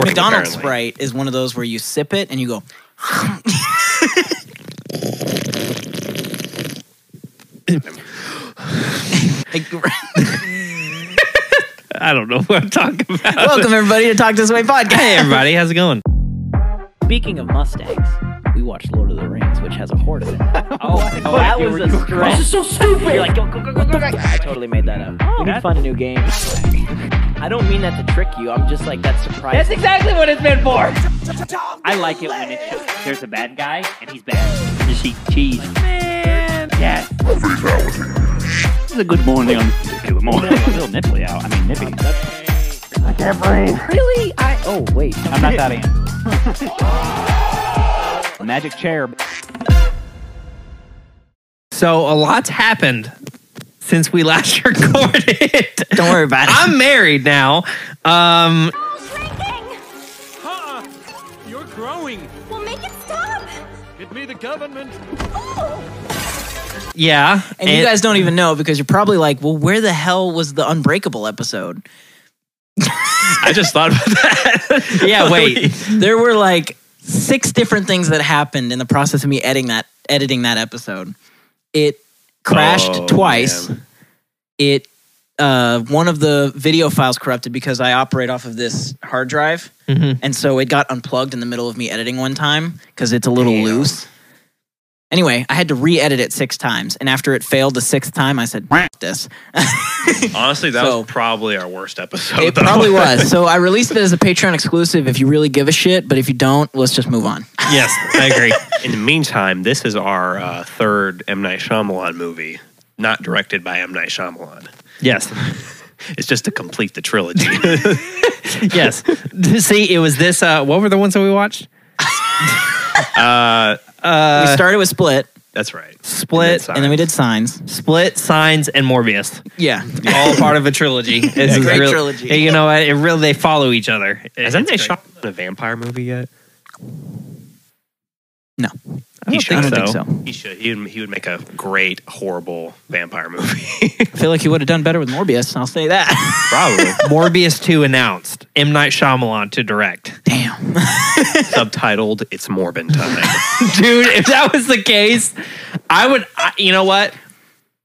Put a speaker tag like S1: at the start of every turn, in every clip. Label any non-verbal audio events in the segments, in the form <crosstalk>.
S1: working,
S2: McDonald's
S1: apparently.
S2: Sprite is one of those where you sip it and you <laughs> go, Like,
S1: I don't know <laughs> what I'm talking about.
S2: welcome everybody to Talk This Way podcast.
S1: Hey, everybody, how's it going?
S2: Speaking of Mustangs, we watched Lord of the Rings, which has a horde in it. <laughs> oh, that was a stretch. This is so stupid. You're like, go, go, go, go, go, go. I Oh, totally made that up. we need to find a new game. I don't mean that to trick you. I'm just like that's surprising. That's exactly what it's meant for. I like it when it's
S3: There's a bad guy, and he's bad. Just eat cheese. Man! Yes. This is a good morning on this particular morning. a little nipply out. I mean, nippy.
S2: really. I oh wait,
S3: I'm not that in. Magic chair.
S1: So, a lot's happened since we last <laughs> recorded.
S2: don't worry about it.
S1: I'm married now. Um,
S4: shrinking!
S5: Uh-uh. You're growing.
S4: We'll make it stop!
S5: Get me the government.
S1: yeah.
S2: And you guys don't even know because you're probably like, well, where the hell was the Unbreakable episode?
S1: I just thought about that.
S2: Yeah, wait. there were like six different things that happened in the process of me editing that editing that episode. It crashed
S1: Oh,
S2: twice.
S1: man.
S2: It uh, one of the video files corrupted because I operate off of this hard drive,
S1: Mhm.
S2: and so it got unplugged in the middle of me editing one time because it's a little loose. Anyway, I had to re-edit it six times, and after it failed the sixth time, I said, "F "This."
S6: Honestly, that
S2: So-
S6: was probably our worst episode.
S2: It
S6: though. <laughs>
S2: probably was. So I released it as a Patreon exclusive if you really give a shit, but if you don't, let's just move on.
S1: yes, I agree.
S6: In the meantime, this is our uh, third M Night Shyamalan movie, not directed by M Night Shyamalan.
S1: <laughs> Yes.
S6: It's just to complete the trilogy. <laughs>
S1: Yes. <laughs> See, it was this. Uh, what were the ones that we watched?
S2: we started with Split,
S6: That's right.
S1: Uh, Split,
S6: Signs.
S2: and then we did Signs.
S1: Split, Signs, and Morbius.
S2: Yeah.
S1: all part of
S2: <laughs>
S1: a trilogy. It's a
S2: great
S1: real-
S2: trilogy.
S1: You know, what? it really they follow each other. It-
S6: Has M
S1: it's
S6: Night
S1: great.
S6: Shyamalan a vampire movie yet?
S2: No,
S1: I don't
S6: He
S2: I
S6: Think
S2: don't think
S6: so.
S2: so.
S6: He should. He would, he would make a great, horrible vampire <laughs> movie.
S2: I feel like he would have done better with Morbius. I'll say that.
S6: probably.
S1: Morbius two announced. M Night Shyamalan to direct.
S2: <laughs> <laughs> Damn.
S6: Subtitled "It's Morbin <laughs> Time."
S1: Dude, if that was the case, I would. I, you know what?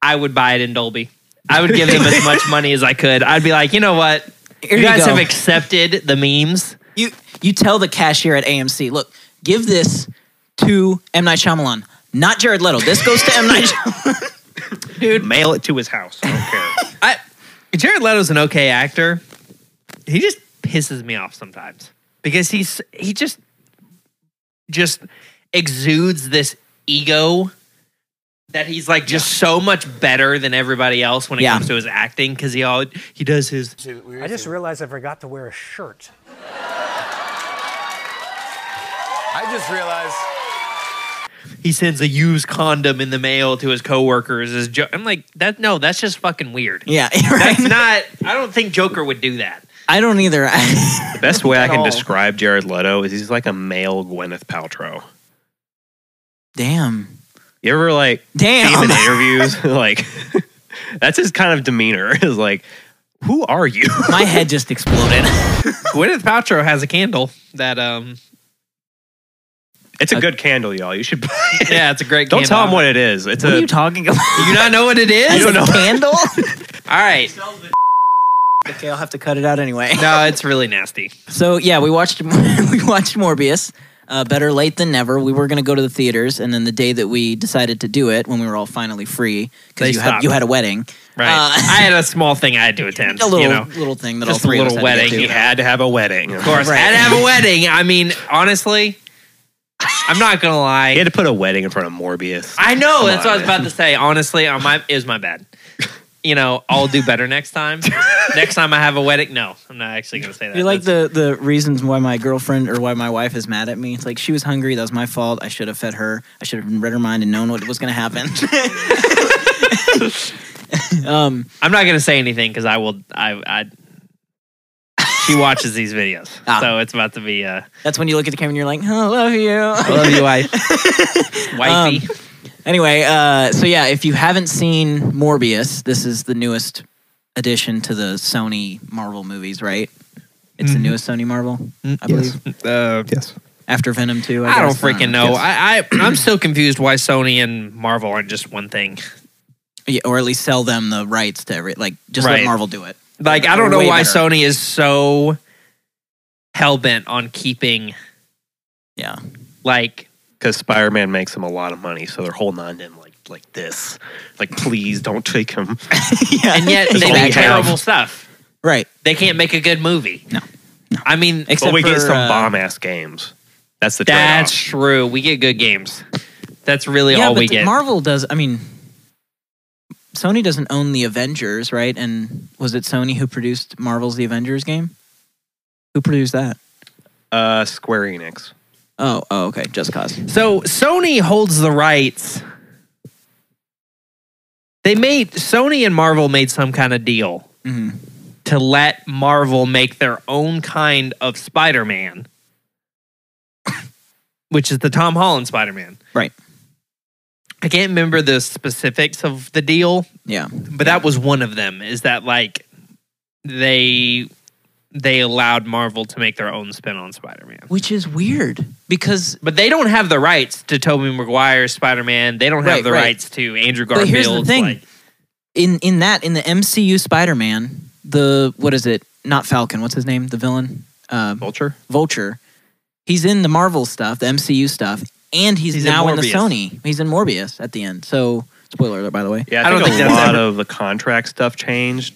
S1: I would buy it in Dolby. I would give them <laughs> as much money as I could. I'd be like, you know what?
S2: Here you
S1: you guys
S2: go.
S1: have accepted the memes.
S2: You you tell the cashier at AMC, look, give this to M Night Shyamalan, not Jared Leto. This goes to M
S1: <laughs>
S2: Night. Shyamalan.
S6: Dude, mail it to his house. I don't care.
S1: I Jared Leto's an okay actor. He just pisses me off sometimes because he's he just just exudes this ego that he's like just so much better than everybody else when it
S2: Yeah.
S1: comes to his acting because he all he does his
S7: I just realized I forgot to wear a shirt.
S8: I just realized.
S1: he sends a used condom in the mail to his coworkers as jo- I'm like that no that's just fucking weird
S2: yeah.
S1: that's
S2: Right?
S1: not I don't think Joker would do that
S2: I <laughs> don't either.
S6: The best way I
S2: At
S6: can
S2: all.
S6: describe Jared Leto is he's like a male Gwyneth Paltrow.
S2: Damn.
S6: You ever like
S2: Damn.
S6: see him in interviews? <laughs> like that's his kind of demeanor. <laughs> Is like, who are you? <laughs>
S2: My head just
S1: <laughs>
S2: exploded.
S1: Gwyneth Paltrow has a candle that um
S6: It's a good candle, y'all. You should buy it.
S1: yeah it's a great
S6: Don't
S1: candle.
S6: tell him what it is. It's
S2: What
S6: a
S2: are you talking about?
S1: You not know what it is?
S2: That's a candle?
S1: <laughs> All right.
S2: okay, I'll have to cut it out anyway. <laughs>
S1: No, it's really nasty.
S2: So yeah, we watched <laughs> we watched Morbius. Uh, better late than never. We were going to go to the theaters, and then the day that we decided to do it, when we were all finally free,
S1: They
S2: because you had
S1: stopped.
S2: you had a wedding,
S1: Right.
S2: Uh, <laughs>
S1: I had a small thing I had to attend.
S2: a little
S1: you know, of
S2: little thing that
S1: just
S2: all three
S1: a
S2: of us
S1: little
S2: had to
S1: wedding
S2: get
S6: he
S2: to.
S6: had to have a wedding. Of
S1: course, I
S2: Right.
S1: had to have a wedding. I mean, honestly, I'm not gonna
S6: He
S1: lie.
S6: had to put a wedding in front of Morbius.
S1: I know that's what I was
S6: on.
S1: about to say. Honestly, on my it was my bad. You know, I'll do better next time. next time I have a wedding. No, I'm not actually gonna say that.
S2: You're like
S1: That's-
S2: the the reasons why my girlfriend or why my wife is mad at me. It's like she was hungry. That was my fault. I should have fed her. I should have read her mind and known what was going to happen. <laughs> um,
S1: I'm not gonna say anything because I will. I. I she watches these videos,
S2: Ah.
S1: so it's about to be. Uh,
S2: that's when you look at the camera and you're like, "I love you."
S1: I love you, wife.
S2: <laughs> Um,
S1: Wifey.
S2: Anyway, uh, so yeah, if you haven't seen Morbius, this is the newest addition to the Sony Marvel movies, right? It's the newest Sony Marvel, I believe.
S1: Uh,
S8: Yes.
S2: After Venom 2.
S1: I don't
S2: guess.
S1: freaking know. I, I I'm still confused why Sony and Marvel aren't just one thing.
S2: Yeah, or at least sell them the rights to every, like, just
S1: Right.
S2: let Marvel do it.
S1: Like I don't know
S2: Way
S1: why
S2: better.
S1: Sony is so hell bent on keeping <laughs>
S2: Yeah. <laughs>
S1: like
S6: because Spider Man makes them a lot of money, so they're holding on to him like like this. Like, please don't take him.
S2: yeah.
S1: and yet <laughs> they
S2: Exactly.
S1: make terrible stuff.
S2: Right.
S1: They can't make a good movie.
S2: No.
S1: I mean
S2: Except
S6: but we get
S2: for,
S6: some
S2: uh,
S6: bomb ass games. That's the
S1: that's
S6: trade-off.
S1: true. We get good games. That's really
S2: yeah,
S1: all
S2: but
S1: we
S2: the-
S1: get.
S2: Marvel does. I mean, Sony doesn't own the Avengers, right? And was it Sony who produced Marvel's The Avengers game? Who produced that?
S6: Uh, Square Enix.
S2: Oh, oh, okay, Just Cause.
S1: So Sony holds the rights. They made Sony and Marvel made some kind of deal
S2: Mhm.
S1: to let Marvel make their own kind of Spider-Man, which is the Tom Holland Spider-Man.
S2: Right.
S1: I can't remember the specifics of the deal,
S2: Yeah,
S1: but that was one of them. Is that like they they allowed Marvel to make their own spin on Spider-Man?
S2: which is weird because.
S1: But they don't have the rights to Tobey Maguire's Spider Man. They don't have
S2: Right,
S1: the
S2: right.
S1: rights to Andrew
S2: But
S1: Garfield's.
S2: here's the thing.
S1: like-
S2: in in that in the MCU Spider-Man, the what is it? Not Falcon. What's his name? The villain, uh,
S6: Vulture.
S2: Vulture. He's in the Marvel stuff, the MCU stuff, and he's,
S1: He's in
S2: now in, the
S1: Morbius.
S2: Sony. He's in Morbius at the end. So spoiler alert, by the way.
S6: Yeah,
S1: I
S6: I,
S1: don't
S6: think
S1: think
S6: a
S1: that's
S6: lot
S1: ever-
S6: of the contract stuff changed.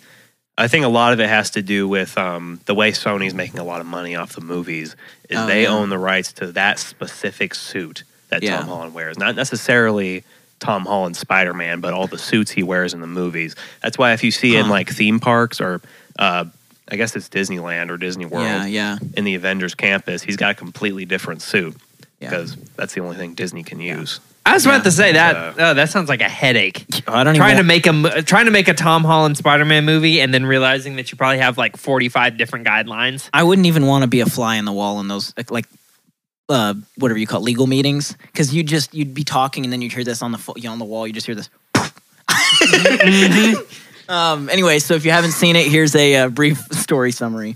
S6: I think a lot of it has to do with um, the way Sony's making a lot of money off the movies. Is
S2: Oh,
S6: they
S2: yeah.
S6: own the rights to that specific suit that
S2: Yeah.
S6: Tom Holland wears, not necessarily Tom Holland's Spider Man, but all the suits he wears in the movies. That's why if you see in
S2: Huh.
S6: like theme parks or uh, I guess it's Disneyland or Disney World
S2: Yeah, yeah,
S6: in the Avengers campus, he's got a completely different suit
S2: yeah.
S6: because that's the only thing Disney can use.
S1: I was about to say that.
S6: Uh,
S1: oh, that sounds like a headache.
S2: Oh, I don't
S1: Trying to
S2: even.
S1: make a mo- trying to make a Tom Holland Spider Man movie and then realizing that you probably have like forty five different guidelines.
S2: I wouldn't even want to be a fly in the wall in those like. like uh, whatever you call it, legal meetings, because you just you'd be talking and then you'd hear this on the fo- you know, on the wall. You just hear this.
S1: Mm-hmm.
S2: <laughs> um. Anyway, so if you haven't seen it, here's a uh, brief story summary.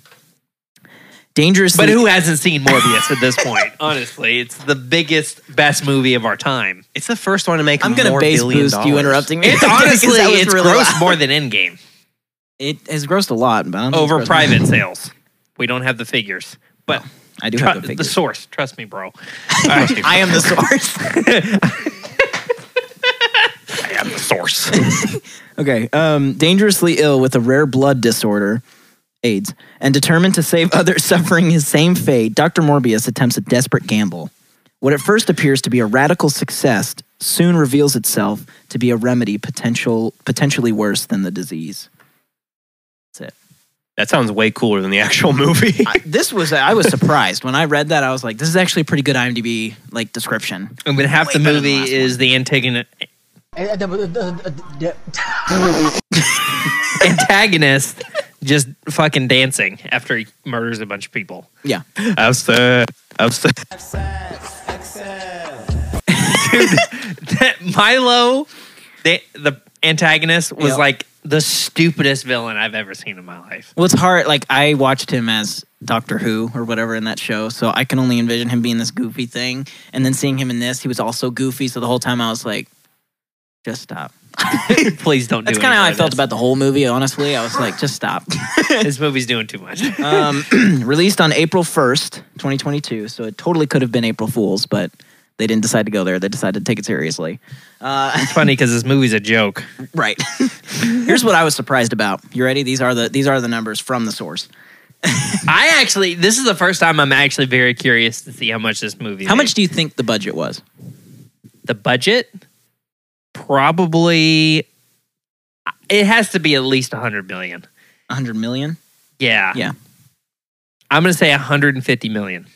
S2: Dangerous,
S1: But who hasn't seen Morbius at this <laughs> point? Honestly, it's the biggest, best movie of our time.
S6: It's the first one to make.
S2: I'm gonna
S6: more
S2: base
S6: billion
S2: boost you
S6: dollars.
S2: interrupting me. <laughs>
S1: It's
S2: Because
S1: honestly,
S2: that was
S1: it's
S2: really
S1: gross
S2: loud.
S1: more than Endgame
S2: It has grossed a lot, but I don't think it's
S1: over
S2: grossed-
S1: private sales. We don't have the figures, but
S2: I do
S1: tru-
S2: have the
S1: the,
S2: figures.
S1: source. Trust me,
S2: <laughs>
S1: bro.
S2: I am the source.
S6: I'm the source.
S2: okay. Um, dangerously ill with a rare blood disorder, AIDS, and determined to save <laughs> others suffering his same fate, Dr. Morbius attempts a desperate gamble. What at first appears to be a radical success soon reveals itself to be a remedy potential potentially worse than the disease. That's it.
S6: That sounds way cooler than the <laughs> actual movie. <laughs>
S2: I- this was I was surprised when I read that. I was like, this is actually a pretty good IMDb like description.
S1: I mean, half the
S2: better than
S1: movie
S2: the last
S1: is the antagonist.
S2: <laughs>
S1: <laughs> antagonist just fucking dancing after he murders a bunch of people.
S2: Yeah.
S6: I'm sad. I'm sad.
S1: That <laughs> Milo, the, the antagonist, was
S2: Yeah.
S1: like the stupidest villain I've ever seen in
S2: <laughs>
S1: my life.
S2: Well, it's hard. Like I watched him as Doctor Who or whatever in that show, so I can only envision him being this goofy thing, and then seeing him in this, he was also goofy. So the whole time I was like, just stop.
S1: Please don't do
S2: That's kind of
S1: any
S2: how
S1: more
S2: I felt
S1: <laughs> this.
S2: about the whole movie. Honestly, I was like, just <laughs> stop.
S1: this movie's doing too much. <laughs>
S2: um, <clears throat> released on April first, twenty twenty two. So it totally could have been April Fools, but. They didn't decide to go there. They decided to take it seriously. Uh, <laughs>
S1: It's funny because this movie's a joke.
S2: Right. <laughs> Here's what I was surprised about. You ready? These are the these are the numbers from the source.
S1: I actually, this is the first time I'm actually very curious to see how much this movie.
S2: How
S1: made.
S2: much do you think the budget was?
S1: the budget? Probably, it has to be at least 100 million.
S2: 100 million?
S1: Yeah.
S2: Yeah.
S1: I'm going to say 150 million.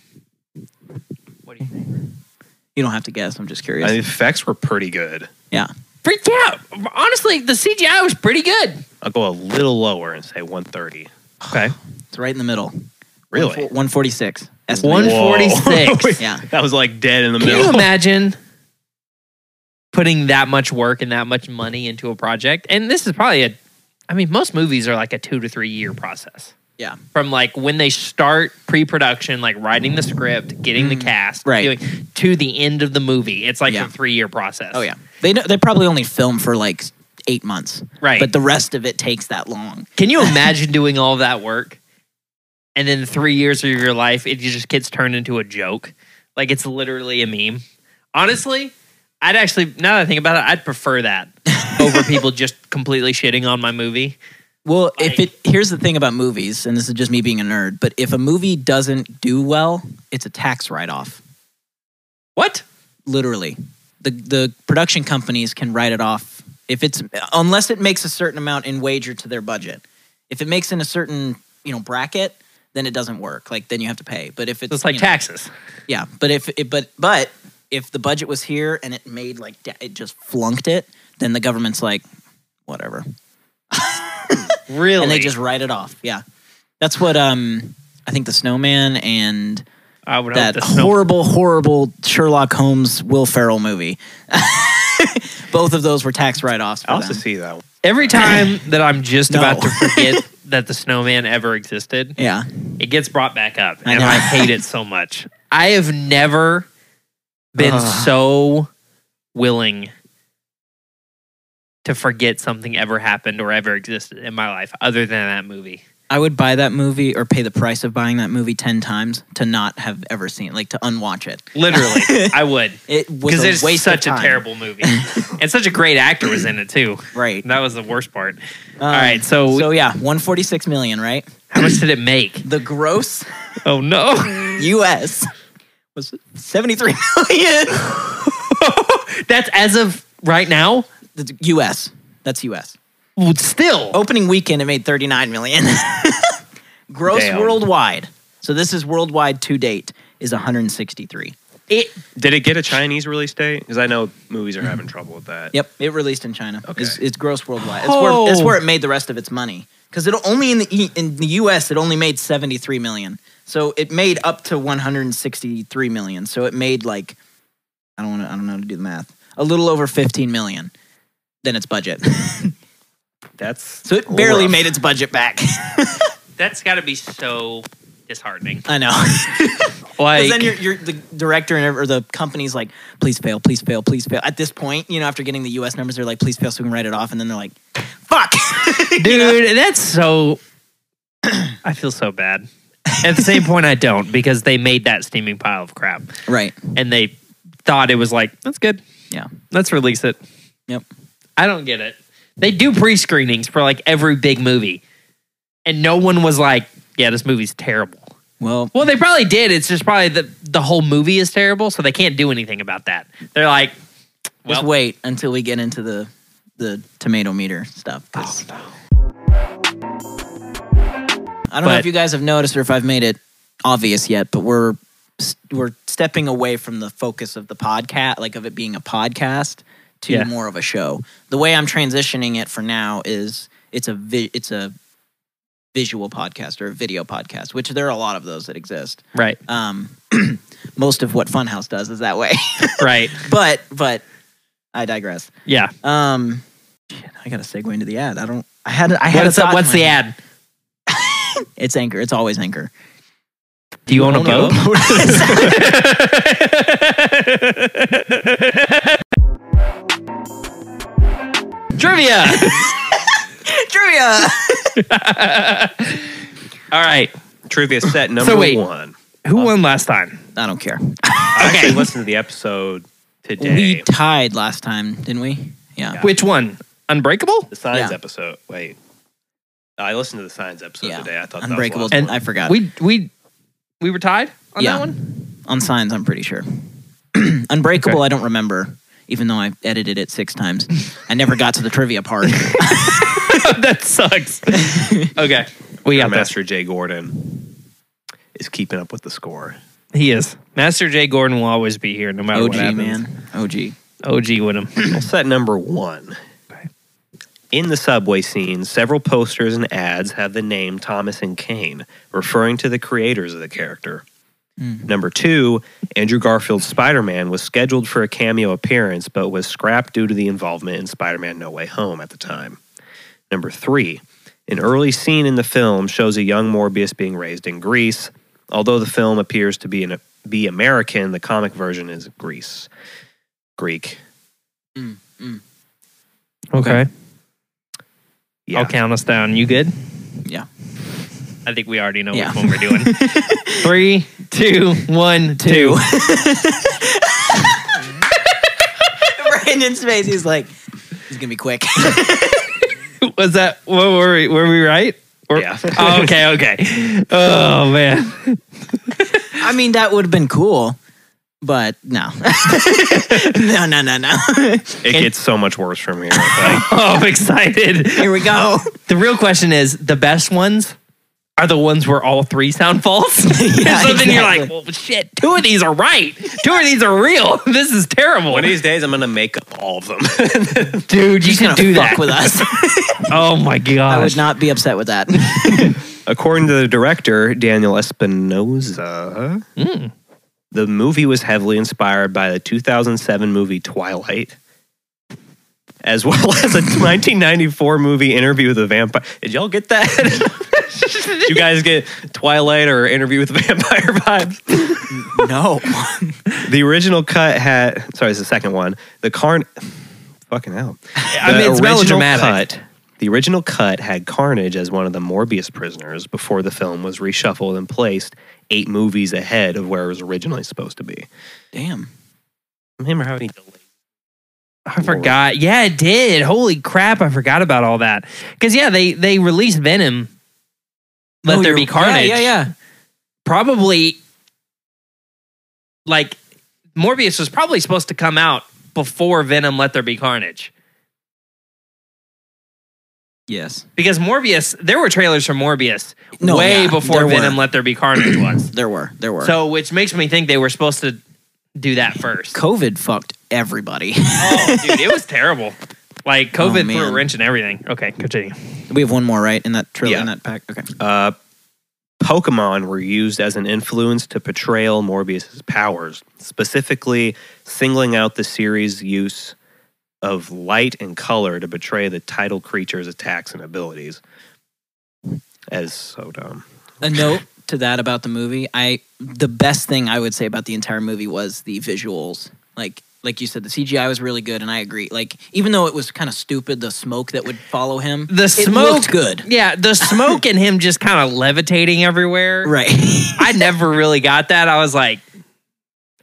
S2: You don't have to guess. I'm just curious.
S6: The effects were pretty good.
S2: yeah.
S1: Freaked out. Honestly, the CGI was pretty good.
S6: I'll go a little lower and say 130.
S1: Okay.
S2: It's right in the middle.
S6: Really?
S2: 146.
S1: One-
S2: Estimated. <laughs>
S1: 146.
S2: Yeah.
S6: That was like dead in the
S1: Can you
S6: middle. <laughs>
S1: imagine putting that much work and that much money into a project? And this is probably a, I mean, most movies are like a two to three year process.
S2: Yeah.
S1: From like when they start pre-production, like writing the script, getting the cast,
S2: Mm-hmm. Right.
S1: doing, to the end of the movie. It's like
S2: Yeah.
S1: a three-year process.
S2: Oh yeah, they know, they probably only film for like eight months,
S1: Right.
S2: But the rest of it takes that long.
S1: Can you imagine doing all that work, and then three years of your life, it just gets turned into a joke? Like it's literally a meme. Honestly, I'd actually now that I think about it, I'd
S2: <laughs>
S1: prefer that over people just completely shitting on my movie.
S2: Well, if it here's the thing about movies, and this is just me being a nerd, but if a movie doesn't do well, it's a tax write off.
S1: What?
S2: Literally, the the production companies can write it off if it's unless it makes a certain amount in wager to their budget. If it makes in a certain you know bracket, then it doesn't work. Like then you have to pay. But if it's,
S1: So it's like
S2: you know,
S1: taxes.
S2: Yeah, but if it, but but if the budget was here and it made like da- it just flunked it, then the government's like, whatever,
S1: Really?
S2: and they just write it off. Yeah, that's what um I think the Snowman and
S1: I would hope
S2: that
S1: the snow-
S2: horrible horrible Sherlock Holmes Will Ferrell movie. <laughs> Both of those were tax write offs.
S6: I also see that one.
S1: Every time that I'm just
S2: <laughs> No.
S1: about to forget that the snowman ever existed,
S2: Yeah,
S1: it gets brought back up,
S2: I
S1: and
S2: know.
S1: I hate <laughs> it so much. I have never been so willing to forget something ever happened or ever existed in my life, other than that movie.
S2: I would buy that movie or pay the price of buying that movie ten times to not have ever seen it, like to unwatch it.
S1: Literally, I would
S2: It was
S1: because
S2: a
S1: it's
S2: waste of
S1: such a
S2: time.
S1: terrible movie, and such a great actor was in it too.
S2: right.
S1: That was the worst part.
S2: All
S1: right, so-
S2: Uh, so yeah, one forty six million, right?
S1: How much did it make?
S2: The gross
S1: Oh no,
S2: U.S. was seventy three million.
S1: <laughs> that's as of right now.
S2: That's U.S. That's U.S.
S1: Well, Still,
S2: Opening weekend, it made thirty nine million. <laughs> gross
S6: Damn.
S2: worldwide. So this is worldwide to date is one hundred sixty three.
S1: it
S6: Did it get a Chinese release date? Because I know movies are having trouble with that.
S2: Yep, it released in China.
S6: Okay.
S2: It's, it's gross worldwide. It's where, it's
S1: Oh.
S2: where it made the rest of its money. Because it only in the E- in the U.S. it only made seventy three million. So it made up to one hundred sixty three million. So it made like I don't want to I don't know how to do the math. A little over fifteen million than its budget. <laughs>
S6: That's
S2: so it barely
S6: rough.
S2: made its budget back.
S1: That's got to be so disheartening.
S2: I know.
S1: Like,
S2: Because then you're, you're the director and- or the company's like, please fail, please fail, please fail. At this point, you know, after getting the U.S. numbers, they're like, please fail, so we can write it off. And then they're like, fuck. <laughs>
S1: dude, that's so. <clears throat> I feel so bad. At the same point, I don't because they made that steaming pile of crap
S2: right.
S1: and they thought it was like, that's good.
S2: Yeah.
S1: Let's release it.
S2: Yep.
S1: I don't get it. They do pre screenings for like every big movie, and no one was like, yeah, this movie's terrible.
S2: Well,
S1: Well, they probably did. It's just probably the, the whole movie is terrible, so they can't do anything about that. They're like,
S2: just
S1: well,
S2: wait until we get into the the tomato meter stuff. 'cause-
S1: Oh,
S2: I don't know
S1: But-
S2: if you guys have noticed or if I've made it obvious yet, but we're s- we're stepping away from the focus of the podcast, like of it being a podcast, to
S1: Yeah.
S2: more of a show. The way I'm transitioning it for now is it's a vi- it's a visual podcast or a video podcast, which there are a lot of those that exist.
S1: right,
S2: Um, <clears throat> most of what Funhouse does is that way,
S1: <laughs> right.
S2: but but I digress.
S1: Yeah.
S2: Um, shit, I gotta segue into the ad. I don't. I had. I had.
S1: What's,
S2: a
S1: up,
S2: thought
S1: what's
S2: in
S1: the
S2: my-
S1: ad?
S2: It's anchor. It's always anchor.
S1: Do you own a boat? <laughs> Trivia.
S2: Trivia.
S1: All right.
S6: trivia set number
S1: wait.
S6: one.
S1: Who won last time?
S2: <laughs> I don't care.
S6: I actually listened to the episode today.
S2: We tied last time, didn't we? Yeah.
S6: Yeah.
S1: Which one? Unbreakable?
S6: the Signs
S2: yeah.
S6: episode. Wait. I listened to the Signs episode
S2: Yeah.
S6: today. I thought
S2: Unbreakable.
S6: that was
S1: And-
S2: I forgot.
S1: We we we were tied on
S2: Yeah.
S1: that one?
S2: On signs, I'm pretty sure. <clears throat> Unbreakable. I don't remember. Even though I edited it six times, I never got to the trivia part.
S1: <laughs> <laughs> that <laughs> sucks. okay. We
S6: yeah,
S1: got that.
S6: Master Jay Gordon is keeping up with the score.
S1: He is. Master Jay Gordon will always be here no matter
S2: OG
S1: what happens.
S2: man, OG.
S1: <laughs> OG with him.
S6: Well, set number one. In the subway scene, several posters and ads have the name Thomas and Kane, referring to the creators of the character. Number two, Andrew Garfield's Spider Man was scheduled for a cameo appearance but was scrapped due to the involvement in Spider Man No Way Home at the time. Number three, An early scene in the film shows a young Morbius being raised in Greece. Although the film appears to be an, be American, the comic version is Greece, Greek.
S1: Okay.
S6: Yeah.
S1: I'll count us down. You good?
S2: Yeah.
S1: I think we already know
S2: Yeah.
S1: which one we're doing.
S2: <laughs>
S1: Three, two, one,
S2: Two.
S1: two.
S2: Brandon's face. He's like, he's gonna be <laughs> quick.
S1: <laughs> Was that what were we were we right? Or-
S6: Yeah. <laughs> Um,
S1: Oh, okay, okay. Oh man. <laughs>
S2: I mean, that would have been cool, but no, <laughs> no, no, no, no.
S6: It gets so much worse from here. Like,
S1: Oh, I'm excited.
S2: Here we go.
S1: The real question is the best ones are the ones where all three sound false.
S2: <laughs> Yeah,
S1: <laughs> so then you're like,
S2: exactly.
S1: well, shit, two of these are right. Two of these are real. <laughs> This is terrible.
S6: <laughs> one of these days, I'm going to make up all of them. <laughs>
S1: Dude, you
S2: He's
S1: can
S2: gonna
S1: do
S2: fuck
S1: that.
S2: with
S1: <laughs>
S2: us.
S1: oh my gosh.
S2: I would not be upset with
S1: <laughs>
S2: that.
S6: According to the director, Daniel Espinosa, the movie was heavily inspired by the 2007 movie Twilight, as well as a <laughs> 1994 movie Interview with a Vampire. Did y'all get that? <laughs> Did you guys get Twilight or Interview with a Vampire vibes?
S2: no,
S6: The original cut had sorry, it's the second one. The Carn fucking hell.
S1: <laughs> I mean,
S6: The
S1: it's
S6: original
S1: melodramatic.
S6: Cut, the original cut had Carnage as one of the Morbius prisoners before the film was reshuffled and placed eight movies ahead of where it was originally supposed to be.
S2: damn.
S6: Remember how he delayed?
S1: I forgot. Yeah, it did. Holy crap! I forgot about all that. Because yeah, they they released Venom. Let
S2: Oh,
S1: there
S2: you're-
S1: be carnage.
S2: Yeah, yeah, yeah.
S1: Probably. Like, Morbius was probably supposed to come out before Venom. Let there be carnage.
S2: Yes,
S1: Because Morbius, there were trailers for Morbius
S2: No,
S1: way
S2: yeah,
S1: before
S2: there
S1: Venom.
S2: were.
S1: Let there
S2: <clears throat>
S1: be carnage was.
S2: there were, there were.
S1: So, which makes me think they were supposed to do that first.
S2: COVID fucked everybody.
S1: oh, dude, it was terrible. Like COVID threw a
S2: Oh, man.
S1: wrench in everything. Okay, continue.
S2: we have one more, right? In that trailer,
S6: Yeah.
S2: in that pack. Okay.
S6: Uh, Pokemon were used as an influence to portray Morbius' powers, specifically singling out the series' use of light and color to betray the title creature's attacks and abilities. As so dumb.
S2: a note to that about the movie i the best thing i would say about the entire movie was the visuals like like you said the cgi was really good and i agree like even though it was kind of stupid the smoke that would follow him
S1: the
S2: it
S1: smoke
S2: looked good
S1: Yeah, the smoke and him just kind of levitating
S2: <laughs>
S1: everywhere.
S2: right
S1: I never really got that. I was like,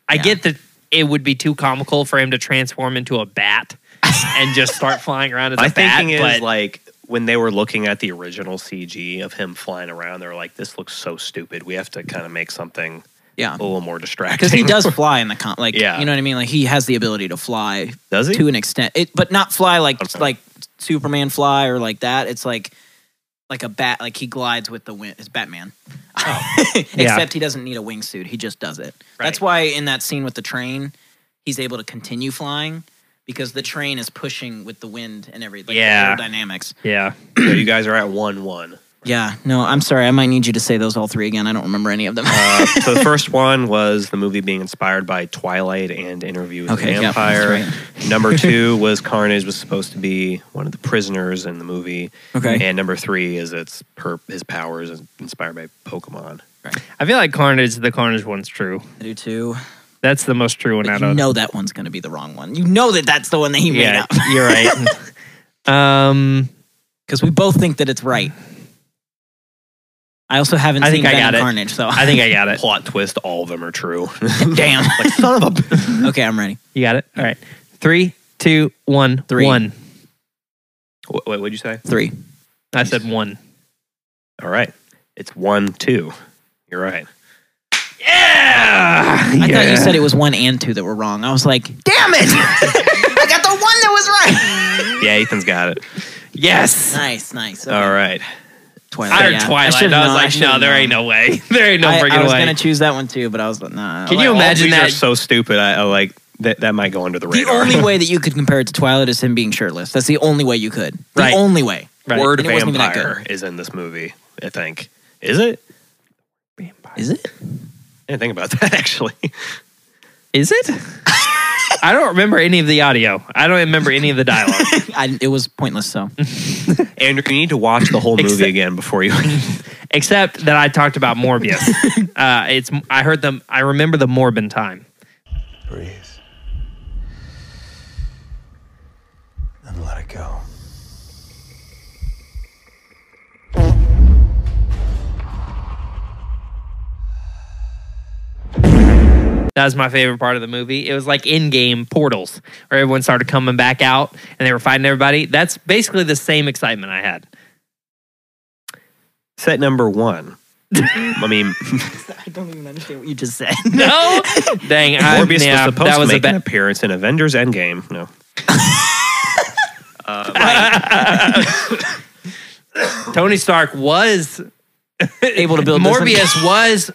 S1: I
S2: Yeah.
S1: get that it would be too comical for him to transform into a bat and just start <laughs> flying around as a
S6: My
S1: bat.
S6: thinking
S1: but
S6: is like when they were looking at the original CG of him flying around, they're like, "This looks so stupid. We have to kind of make something
S2: yeah
S6: a little more distracting."
S2: because he does fly in the con like
S6: Yeah.
S2: you know what i mean like he has the ability to fly
S6: <laughs> does he?
S2: to an extent it but not fly like
S6: Okay.
S2: like superman fly or like that it's like like a bat like he glides with the wind it's batman
S6: Oh.
S2: <laughs> except he doesn't need a wingsuit he just does it that's
S1: Right.
S2: why in that scene with the train he's able to continue flying because the train is pushing with the wind and everything
S1: Yeah.
S2: dynamics
S1: yeah,
S6: So you guys are at one one.
S2: yeah no i'm sorry i might need you to say those all three again i don't remember any of them
S6: Uh, so the first one was the movie being inspired by Twilight and Interview with
S2: Okay,
S6: the
S2: yeah, that's
S6: Vampire. Number
S2: <laughs>
S6: two was Carnage was supposed to be one of the prisoners in the movie.
S2: Okay.
S6: And number three is it's per- his powers is inspired by Pokemon.
S1: I feel like Carnage. The Carnage one's true.
S2: <laughs> i do too
S1: That's the most true one
S2: but
S1: out
S2: you
S1: of.
S2: know that one's gonna be the wrong one you know that that's the one that he made
S1: yeah,
S2: up <laughs>
S1: <laughs> you're right. um,
S2: because we both think that it's right. I also haven't
S1: I
S2: seen
S1: think I
S2: Venom
S1: got it.
S2: Carnage, so
S1: I
S2: <laughs>
S1: think I got it.
S6: Plot twist: all of them are true.
S2: damn.
S6: <laughs> like son of a.
S2: okay, I'm ready.
S1: You got it. All right. Three, two, one,
S2: Three.
S1: one.
S6: Wh- Wait, what'd you say?
S2: Three.
S1: I said one.
S6: All right. It's one, two. You're right.
S1: Yeah.
S2: I thought you said it was one and two that were wrong. I was like, damn it! <laughs> I got the one that was right. <laughs>
S6: Yeah, Ethan's got it.
S1: yes.
S2: Nice, nice. Okay.
S6: All right.
S2: Twilight.
S1: I heard
S2: yeah.
S1: Twilight. I,
S2: should've known,
S1: was like,
S2: should've
S1: no, there
S2: known.
S1: ain't no way. <laughs> There ain't no
S2: I,
S1: freaking
S2: I was
S1: way.
S2: gonna choose that one too, but I was like, nah.
S1: Can <laughs>
S2: Like,
S1: you
S2: all
S1: imagine
S6: These
S1: that?
S6: are so stupid. I, I like that. That might go under the
S2: The
S6: radar.
S2: only way that you could compare it to Twilight is him being shirtless. That's the only way you could. The
S1: Right.
S2: only way.
S1: Right.
S6: word
S2: And it wasn't even that
S6: vampire is in this movie. I think. Is it?
S2: Is it? <laughs>
S6: <laughs> I didn't think about that actually.
S1: Is it? I don't remember any of the audio. I don't remember any of the dialogue.
S2: <laughs> I, it was pointless. So
S6: Andrew, you need to watch the whole movie
S1: Except-
S6: again before you. <laughs>
S1: except that I talked about Morbius. uh, it's I heard them. I remember the Morbin time.
S9: Breathe. And let it go.
S1: That was my favorite part of the movie. It was like in-game portals, where everyone started coming back out and they were fighting everybody. That's basically the same excitement I had. <laughs>
S6: Set number one. I mean,
S2: I don't even understand what you just <laughs> said.
S1: No, dang, <laughs> I,
S6: Morbius
S1: yeah,
S6: was supposed
S1: that was
S6: to
S1: a
S6: make an
S1: bad.
S6: appearance in Avengers Endgame. No.
S1: Tony Stark was
S2: Able to build this in-
S1: Morbius was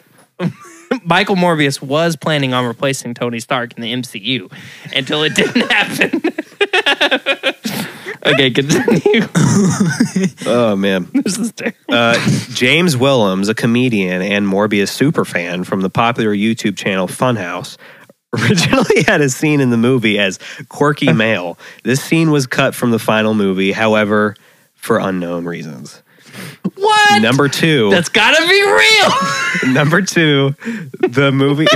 S1: <laughs> Michael Morbius was planning on replacing Tony Stark in the MCU until it didn't <laughs> happen.
S2: <laughs>
S1: okay, continue.
S6: Oh man.
S1: <laughs> this is terrible.
S6: Uh, James Willems, a comedian and Morbius superfan from the popular YouTube channel Funhouse, <laughs> originally had a scene in the movie as
S1: <laughs>
S6: quirky male. This scene was cut from the final movie, however, for unknown reasons.
S1: What?
S6: Number two.
S1: <laughs> That's gotta be real.
S6: Number two, the movie. <laughs>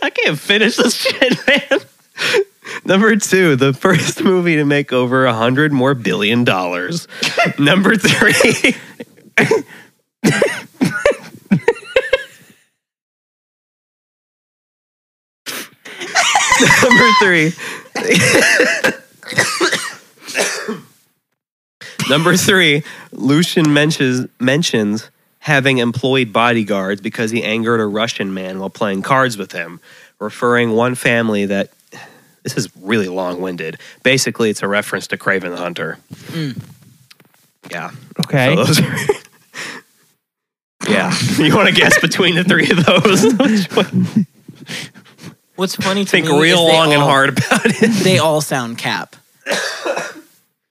S6: I can't finish this shit, man. Number two, the first movie to make over a hundred more billion <laughs> dollars. Number three, <laughs> number three, Number three, Lucian mentions mentions having employed bodyguards because he angered a Russian man while playing cards with him, referring one family that this is really long winded. Basically, it's a reference to Craven the Hunter.
S2: Mm.
S6: Yeah.
S1: Okay.
S6: So those are- <laughs> yeah. You want to guess between the three of those? <laughs>
S2: What's funny to
S6: Think
S2: me is
S6: real
S2: they
S6: long and
S2: all-
S6: hard about it.
S2: They all sound cap. <laughs>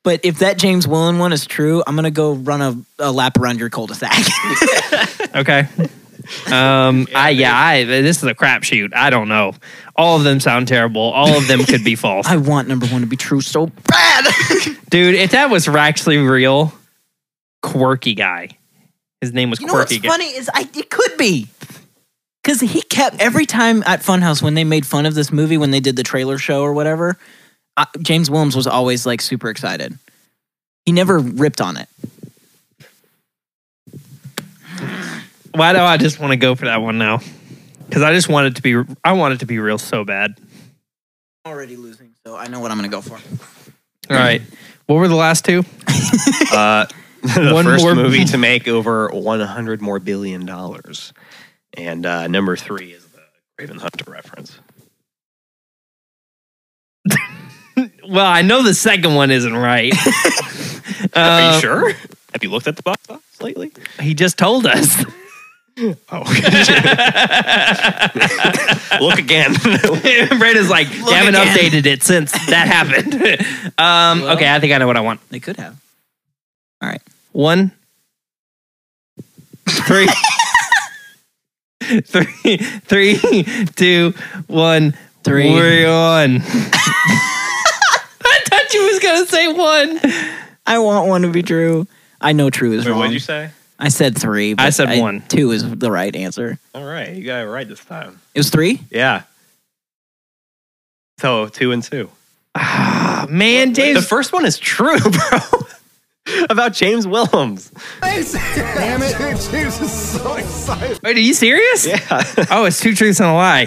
S2: But if that James Willen one is true, I'm gonna go run a, a lap around your cul-de-sac. <laughs>
S1: <laughs> okay. Um. I yeah. I this is a crapshoot. I don't know. All of them sound terrible. All of them
S2: <laughs>
S1: could be false,
S2: I want number one to be true so bad. <laughs>
S1: dude. If that was actually real, quirky guy. His name was
S2: You know what's
S1: Quirky. Guy.
S2: funny is I it could be. Cause he kept every time at Funhouse when they made fun of this movie when they did the trailer show or whatever, uh, James Williams was always like super excited. He never ripped on it.
S1: Why do I just want to go for that one now? Because I just want it to be. I want it to be real so bad.
S2: Already losing, so I know what I'm gonna go for.
S1: All right. What were the last two?
S6: Uh, <laughs> the
S1: One
S6: first
S1: more-
S6: movie to make over 100 more billion dollars. And uh, number three is the Craven the Hunter reference.
S1: Well, I know the second one isn't right.
S6: Are you
S1: Uh,
S6: sure? Have you looked at the box office lately?
S1: <laughs> He just told <laughs> us.
S6: Oh, <laughs> look again.
S1: Brad <laughs> is like, they haven't updated it since that happened. <laughs> um,
S2: Well-
S1: okay, I think I know what I want.
S2: They could have.
S1: One, three, <laughs> three, three, two, one,
S2: Three.
S1: We're on. <laughs> I thought you was gonna say one.
S2: I want one to be true. I know true is
S6: Wait,
S2: wrong.
S6: what'd you say?
S2: I said three.
S1: I
S2: but
S1: said one.
S2: Two is the right answer.
S6: All right, you got it right this time.
S2: It was three.
S6: Yeah. So two and two.
S1: Oh, man, James.
S6: The first one is true, <laughs> bro. About James Willems.
S9: Damn it. James is so excited.
S1: wait, are you serious?
S6: Yeah.
S1: <laughs> Oh, it's two truths and a lie.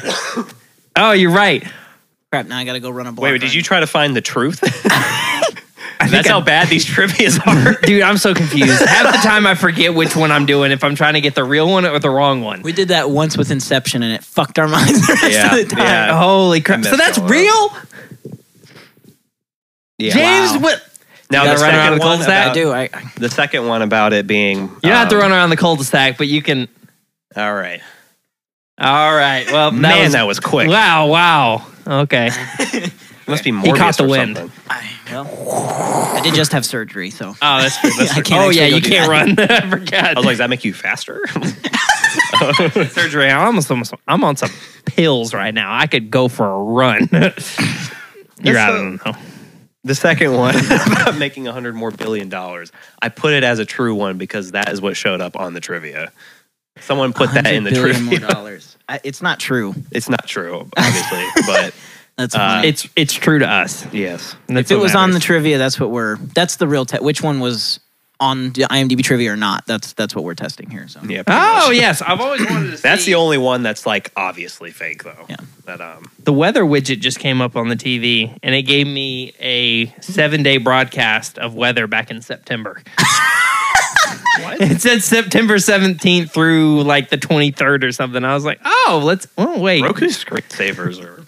S1: oh, you're right.
S2: Crap! Now I gotta go run a block.
S6: Wait, did
S2: run.
S6: you try to find
S1: <laughs>
S6: the truth?
S1: I think
S6: That's
S1: I-
S6: how bad these
S1: <laughs>
S6: trivia's are.
S1: Dude, I'm so confused. Half the time I forget which one I'm doing, if I'm trying to get the real one or the wrong one.
S2: We did that once with Inception, and it fucked our <laughs> minds the rest
S6: Yeah,
S2: of the time.
S6: yeah.
S1: Holy crap.
S6: messed
S1: So that's
S6: all up.
S1: real? James,
S2: Wow.
S1: what?
S6: Now
S1: You
S6: the
S1: gotta run around
S6: second
S1: the
S6: one
S1: cul-de-sac?
S2: I
S6: about
S2: do. I,
S6: the second one about it being
S1: You don't have to
S6: um,
S1: run around the cul de sac, but you can.
S6: All right,
S1: All right. Well, that
S6: man,
S1: was,
S6: that was quick.
S1: Wow, wow. Okay.
S6: Must be Morbius
S1: He caught the
S6: or
S1: wind.
S6: something.
S2: I, well, I did just have surgery, so
S1: Oh, that's,
S2: I
S1: <laughs> that's
S2: can't
S1: Oh,
S2: actually
S1: yeah,
S2: go
S1: you
S2: do
S1: can't run. <laughs> I forgot.
S6: I was like, does that make you faster? <laughs>
S1: surgery. I'm almost, almost- I'm on some pills right now. I could go for a run. <laughs> You're out of them,
S6: The second one <laughs> about making a hundred more billion dollars. I put it as a true one because that is what showed up on the trivia. Someone put <laughs> that in the
S2: more
S6: trivia.
S2: dollars. <laughs> I, it's not true.
S6: <laughs> It's not true, obviously,
S1: <laughs>
S6: but Uh,
S2: That's
S1: though.
S2: funny.
S1: It's it's true to us.
S6: yes.
S2: if it was on the trivia, that's what we're. That's the real. Te- which one was on the IMDb trivia or not? That's that's what we're testing here. So
S6: Yeah. pretty
S1: <laughs> Oh
S6: much.
S1: yes, I've always wanted to.
S6: That's
S1: see-
S6: the only one that's like obviously fake though.
S2: Yeah.
S6: That um
S1: the weather widget just came up on the TV, and it gave me a seven day broadcast of weather back in <laughs> September. It said September 17th through like the 23rd or something. I was like, oh, let's, oh, wait.
S6: Roku screensavers are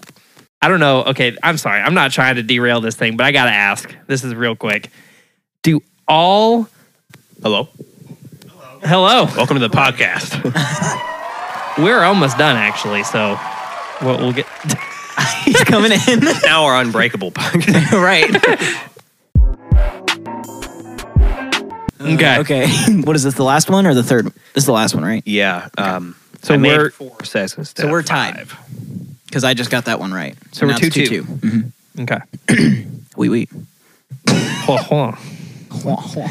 S1: I don't know. Okay, I'm sorry. I'm not trying to derail this thing, but I gotta ask. This is real quick. Do all
S6: <laughs> Hello.
S1: hello?
S6: Welcome to the <laughs> podcast.
S1: We're almost done actually, so we'll, we'll get. <laughs>
S2: he's coming in
S6: now our unbreakable podcast.
S2: right.
S1: Okay.
S2: Okay. <laughs> What is this? The last one or the third? This is the last one, right?
S6: <laughs> Yeah. Um
S1: So
S6: I made
S1: we're-
S6: four sessions.
S2: So we're tied. Because I just got that one right. So,
S1: we're
S2: now it's
S1: 2-2.
S2: Mhm.
S1: Okay.
S2: Oui, oui.
S1: Hold, hold on.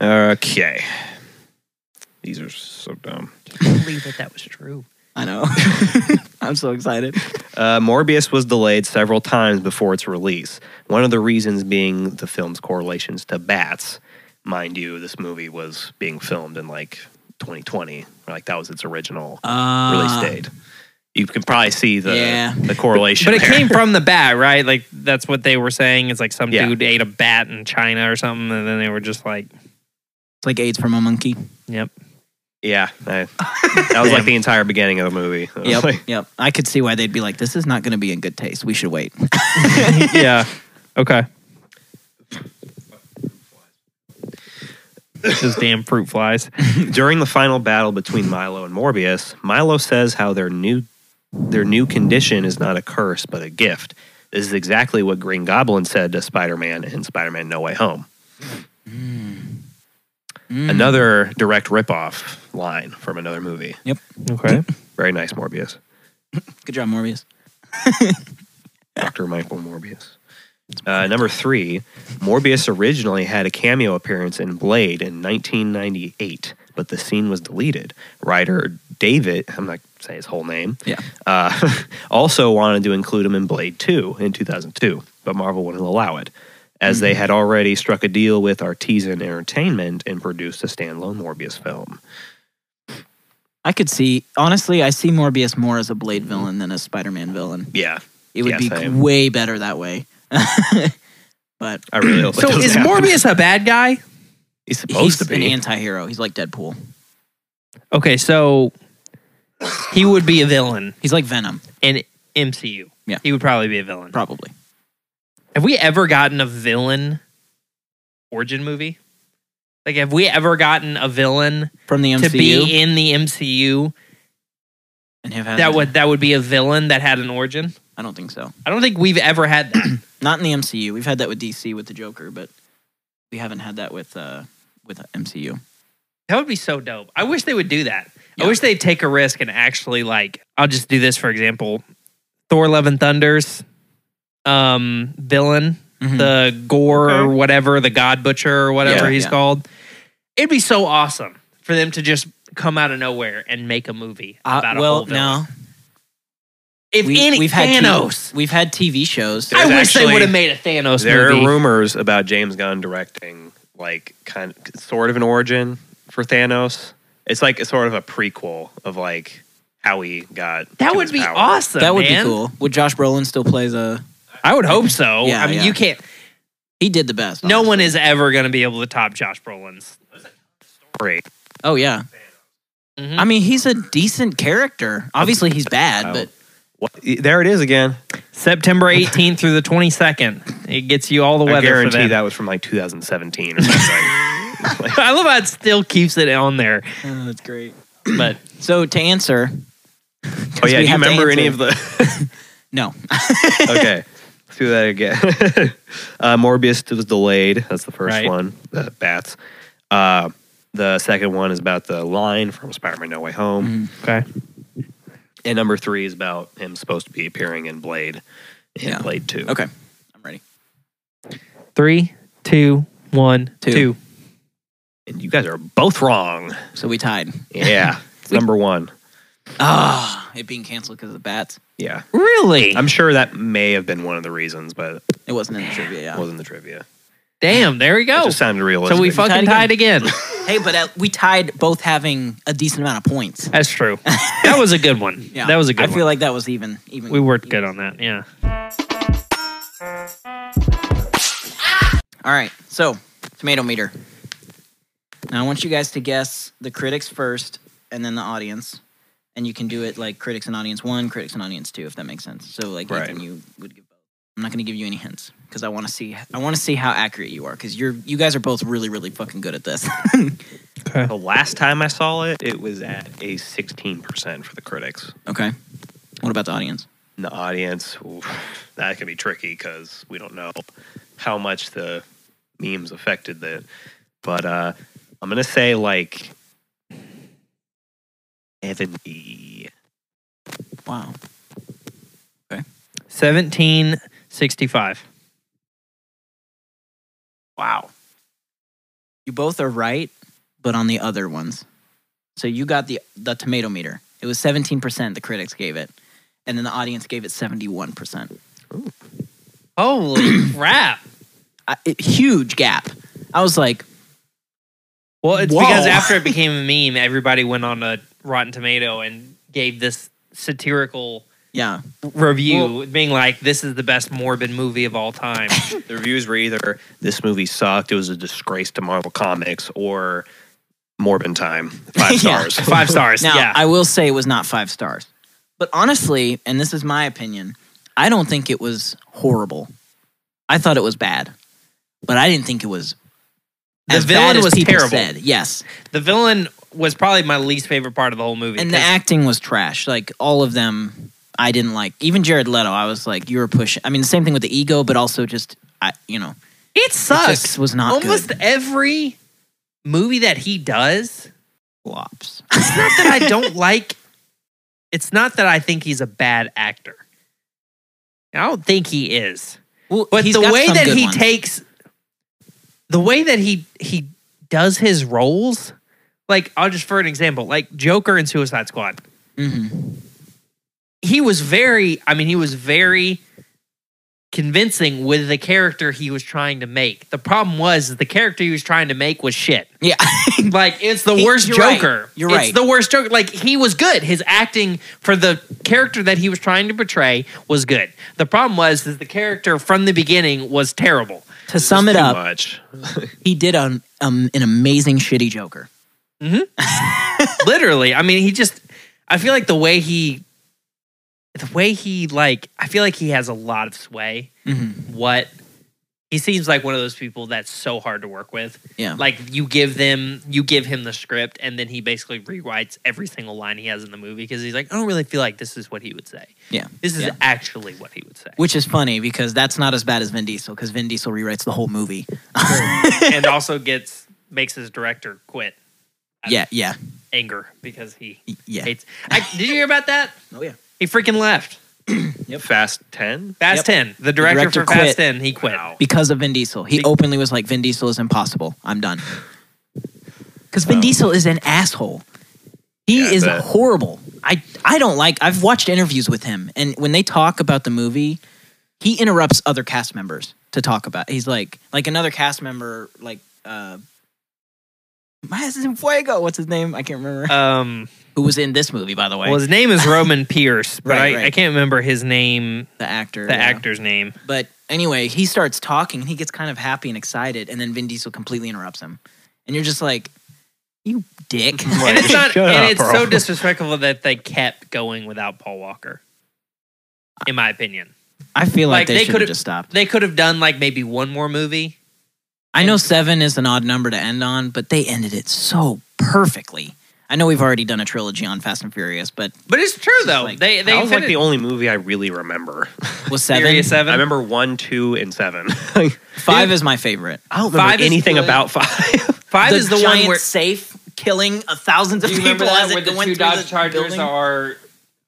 S6: Okay. These are so dumb.
S1: Believe that that was true.
S2: I know. <laughs> I'm so excited.
S6: Uh, Morbius was delayed several times before its release. One of the reasons being the film's correlations to bats. Mind you, this movie was being filmed in like 2020. Like that was its original
S2: Uh,
S6: release date. You can probably see the
S2: Yeah.
S6: the correlation.
S1: But it
S6: there.
S1: came from the bat, right? Like that's what they were saying. It's like some
S6: Yeah.
S1: dude ate a bat in China or something, and then they were just like,
S2: It's like AIDS from a monkey.
S1: "Yep."
S6: Yeah, I- that was like the entire beginning of the movie. <laughs> I was
S2: Yep.
S6: like,
S2: yep. I could see why they'd be like, this is not going to be in good taste. We should wait.
S1: <laughs> yeah. Okay. Those damn fruit flies.
S6: During the final battle between Milo and Morbius, Milo says how their new their new condition is not a curse but a gift. This is exactly what Green Goblin said to Spider-Man in Spider-Man No Way Home. Another direct ripoff line from another movie.
S1: Okay.
S6: Very nice, Morbius.
S2: Good job, Morbius.
S6: Dr. Michael Morbius. Uh, number three, Morbius originally had a cameo appearance in Blade in 1998, but the scene was deleted. Writer David, I'm not saying his whole name,
S2: Yeah.
S6: uh, <laughs> also wanted to include him in Blade 2 in 2002, but Marvel wouldn't allow it, as they
S1: Mm-hmm.
S6: had already struck a deal with Artisan Entertainment and produced a standalone Morbius film.
S2: I could see, honestly, I see Morbius more as a Blade villain than a Spider Man villain.
S6: Yeah,
S2: It would
S6: Yeah,
S2: be
S6: same.
S2: way better that way. <laughs> but
S6: I really hope it
S1: So
S6: doesn't
S1: is
S6: happen.
S1: Morbius a bad guy?
S6: He's supposed
S2: he's
S6: to
S2: an
S6: be.
S2: anti hero. He's like Deadpool.
S1: Okay, so he would be a villain
S2: He's like Venom,
S1: in MCU.
S2: Yeah.
S1: He would probably be a villain.
S2: probably.
S1: Have we ever gotten a villain origin movie? Like have we ever gotten a villain
S2: From the MCU.
S1: to be in the MCU
S2: and have had
S1: that would that would be a villain that had an origin?
S2: I don't think so.
S1: I don't think we've ever
S2: <clears throat>
S1: had that.
S2: Not in the MCU. We've had that with DC with the Joker, but we haven't had that with uh with MCU.
S1: That would be so dope. I wish they would do that.
S2: Yeah.
S1: I wish they'd take a risk and actually like I'll just do this for example. Thor Love and Thunder's um villain, the gore or whatever, the god butcher or whatever
S2: Mm-hmm. Yeah,
S1: he's
S2: yeah.
S1: called. It'd be so awesome for them to just come out of nowhere and make a movie
S2: Uh,
S1: about a
S2: well,
S1: whole villain.
S2: no,
S1: If any
S2: we've had
S1: Thanos.
S2: TV, we've had TV shows.
S1: I
S6: There's
S1: wish they
S6: actually-
S1: would have made a Thanos
S6: There
S1: movie.
S6: are rumors about James Gunn directing like kind of sort of an origin for Thanos. It's like a sort of a prequel of like how he got
S1: that
S6: to
S1: would
S6: his
S1: be
S6: power.
S1: awesome.
S2: that would
S1: man.
S2: be cool. Would Josh Brolin still plays a?
S1: I would hope
S2: <laughs>
S1: so.
S2: Yeah,
S1: I mean,
S2: yeah.
S1: you can't.
S2: He did the best.
S1: No
S2: honestly.
S1: one is ever going to be able to top Josh Brolin's
S6: Great.
S2: Oh yeah.
S1: Mhm.
S2: I mean, he's a decent character. Obviously, he's bad,
S6: Mm-hmm. Oh.
S2: but
S6: What? There it is again.
S2: <laughs>
S1: September 18th through the 22nd. It gets you all the
S6: I
S1: weather. for
S6: guarantee
S1: them.
S6: that was from like 2017 or something. Oh,
S1: <laughs> I love how it still keeps it on there.
S2: oh, that's great.
S1: But
S2: So to answer, <laughs>
S6: oh yeah,
S2: we
S6: do you
S2: have to
S6: remember any of
S2: answer.
S6: the?
S2: no.
S6: okay, let's do that again. uh, Morbius was delayed. That's the first
S1: Right.
S6: one. The bats. Uh, The second one is about the line from Spider-Man: No Way Home.
S1: Okay.
S6: And number three is about him supposed to be appearing in Blade in
S2: Yeah.
S6: Blade 2.
S2: Okay. I'm ready.
S1: Three, two, one,
S2: Two.
S1: two.
S6: And you guys are both wrong.
S2: So we tied.
S6: Yeah. it's number one.
S2: Ah, it being canceled because of the bats.
S6: Yeah.
S1: Really?
S6: I'm sure that may have been one of the reasons, but
S2: It wasn't in the trivia.
S6: it
S2: Yeah.
S6: wasn't the trivia.
S1: Damn, there we
S6: It
S1: go.
S6: just sounded realistic.
S1: Oh. So we
S2: tied
S1: fucking
S2: again.
S1: tied again.
S2: <laughs> hey, but uh, we tied both having a decent amount of points.
S1: That's true.
S2: <laughs>
S1: That was a good one.
S2: Yeah,
S1: That was a good
S2: I
S1: one.
S2: feel like that was even. Even
S1: we worked good on that. Yeah.
S2: All right. So, tomato meter. Now I want you guys to guess the critics first, and then the audience, and you can do it like critics and audience one, critics and audience two, if that makes sense. So, like
S6: Right.
S2: Ethan, you would give both. I'm not going to give you any hints because I want to see. I want to see how accurate you are because you're you guys are both really really fucking good at this. <laughs>
S6: the last time I saw it, it was at a 16% for the critics.
S2: okay. What about the audience?
S6: And the audience, oof, that can be tricky because we don't know how much the memes affected that. But uh, I'm going to say like 70.
S2: Wow.
S1: 1765.
S2: Wow. You both are right, but on the other ones. So you got the the tomato meter. It was 17% the critics gave it. And then the audience gave it 71%.
S1: <coughs> Holy crap.
S2: I, it, huge gap. I was like,
S1: Well, it's
S2: Whoa.
S1: because after it became a meme, everybody went on a Rotten Tomato and gave this satirical
S2: yeah.
S1: review, being like, "This is the best morbid movie of
S2: <laughs>
S1: all time."
S6: The reviews were either this movie sucked, it was a disgrace to Marvel Comics, or Morbin Time,
S2: <laughs>
S6: five
S2: Yeah.
S6: stars.
S1: Five stars.
S2: Now,
S1: yeah.
S2: I will say it was not 5 stars. But honestly, and this is my opinion, I don't think it was horrible. I thought it was bad. But I didn't think it was
S1: The
S2: as
S1: villain
S2: bad as
S1: was
S2: people
S1: terrible.
S2: said. Yes.
S1: the villain was probably my least favorite part of the whole movie.
S2: and the
S1: 'cause-
S2: acting was trash. Like all of them, I didn't like. Even Jared Leto, I was like, you were pushing. I mean, the same thing with the ego, but also just, I, you know,
S1: it
S2: just
S1: sucks.
S2: was not
S1: Almost
S2: good.
S1: every movie that he does,
S2: flops.
S1: it's not that I
S2: <laughs>
S1: don't like. It's not that I think he's a bad actor. I don't think he is.
S2: Well,
S1: But
S2: he's
S1: the
S2: got
S1: way
S2: some
S1: that
S2: good
S1: he
S2: ones.
S1: takes the way that he he does his roles, like I'll just for an example, like Joker and Suicide Squad.
S2: Mhm.
S1: He was very I mean, he was very convincing with the character he was trying to make. The problem was that the character he was trying to make
S2: <laughs>
S1: was shit.
S2: yeah,
S1: Like it's the
S2: He-
S1: worst
S2: you're right.
S1: Joker.
S2: You're
S1: it's
S2: right.
S1: the worst Joker. Like he was good. His acting for the character that he was trying to portray was good. The problem was that the character from the beginning was terrible.
S2: to sum it
S6: Too
S2: up,
S6: much.
S2: he did an um, an amazing shitty Joker.
S1: Literally, I mean, he just. I feel like the way he, the way he like, I feel like he has a lot of sway.
S2: Mhm.
S1: what he seems like one of those people that's so hard to work with.
S2: Yeah.
S1: Like you give them you give him the script and then he basically rewrites every single line he has in the movie because he's like, I don't really feel like this is what he would say.
S2: Yeah,
S1: This is
S2: Yeah.
S1: actually what he would
S2: <laughs>
S1: say.
S2: which is funny because that's not as bad as Vin Diesel because Vin Diesel rewrites the whole movie.
S1: and also gets makes his director quit
S2: yeah, yeah,
S1: anger because he
S2: y- yeah.
S1: hates I, did you hear about that?
S2: Oh yeah.
S1: He freaking left.
S6: Fast 10?
S1: Fast
S2: Yep.
S1: Ten. The director,
S2: director
S1: for Fast
S2: quit.
S1: Ten, he quit.
S2: because of Vin Diesel. He openly was like, "Vin Diesel is impossible. I'm done." Because Vin Diesel is an asshole. He
S6: Yeah, I
S2: is
S6: bet.
S2: horrible. I I don't like. I've watched interviews with him, and when they talk about the movie, he interrupts other cast members to talk about. He's like, like another cast member, like. uh my is in Fuego. What's his name? I can't remember.
S1: Um
S2: Who was in this movie, by the way?
S1: well his name is Roman Pierce, but
S2: Right,
S1: I, I
S2: right.
S1: can't remember his name
S2: the actor.
S1: the
S2: yeah.
S1: actor's name.
S2: But anyway, he starts talking and he gets kind of happy and excited, and then Vin Diesel completely interrupts him. And you're just like, you
S1: <laughs>
S2: dick.
S1: and it's not
S6: Shut
S1: and
S6: up,
S1: it's
S6: bro.
S1: so disrespectful that they kept going without Paul Walker. In my opinion.
S2: <laughs> I feel like,
S1: Like,
S2: they,
S1: they
S2: should have
S1: could've-
S2: just stopped.
S1: They could have done like maybe one more movie.
S2: I know seven is an odd number to end on, but they ended it so perfectly. I know we've already done a trilogy on Fast and Furious, but
S1: But it's true though.
S2: like-
S1: they they
S6: That was like
S1: finished-
S6: the only movie I really remember.
S2: was seven?
S1: Furious seven.
S6: I remember one, two, and seven. <laughs> I
S2: Five is my favorite.
S6: don't remember
S1: Five is
S6: anything
S1: good.
S6: about five.
S1: Five
S2: the
S1: is the one
S2: giant
S1: where-
S2: safe killing uh, thousands of
S1: Do you
S2: people
S1: remember that
S2: as
S1: where
S2: it
S1: the
S2: going
S1: two
S2: through
S1: Dodge
S2: the
S1: Chargers
S2: building?
S1: are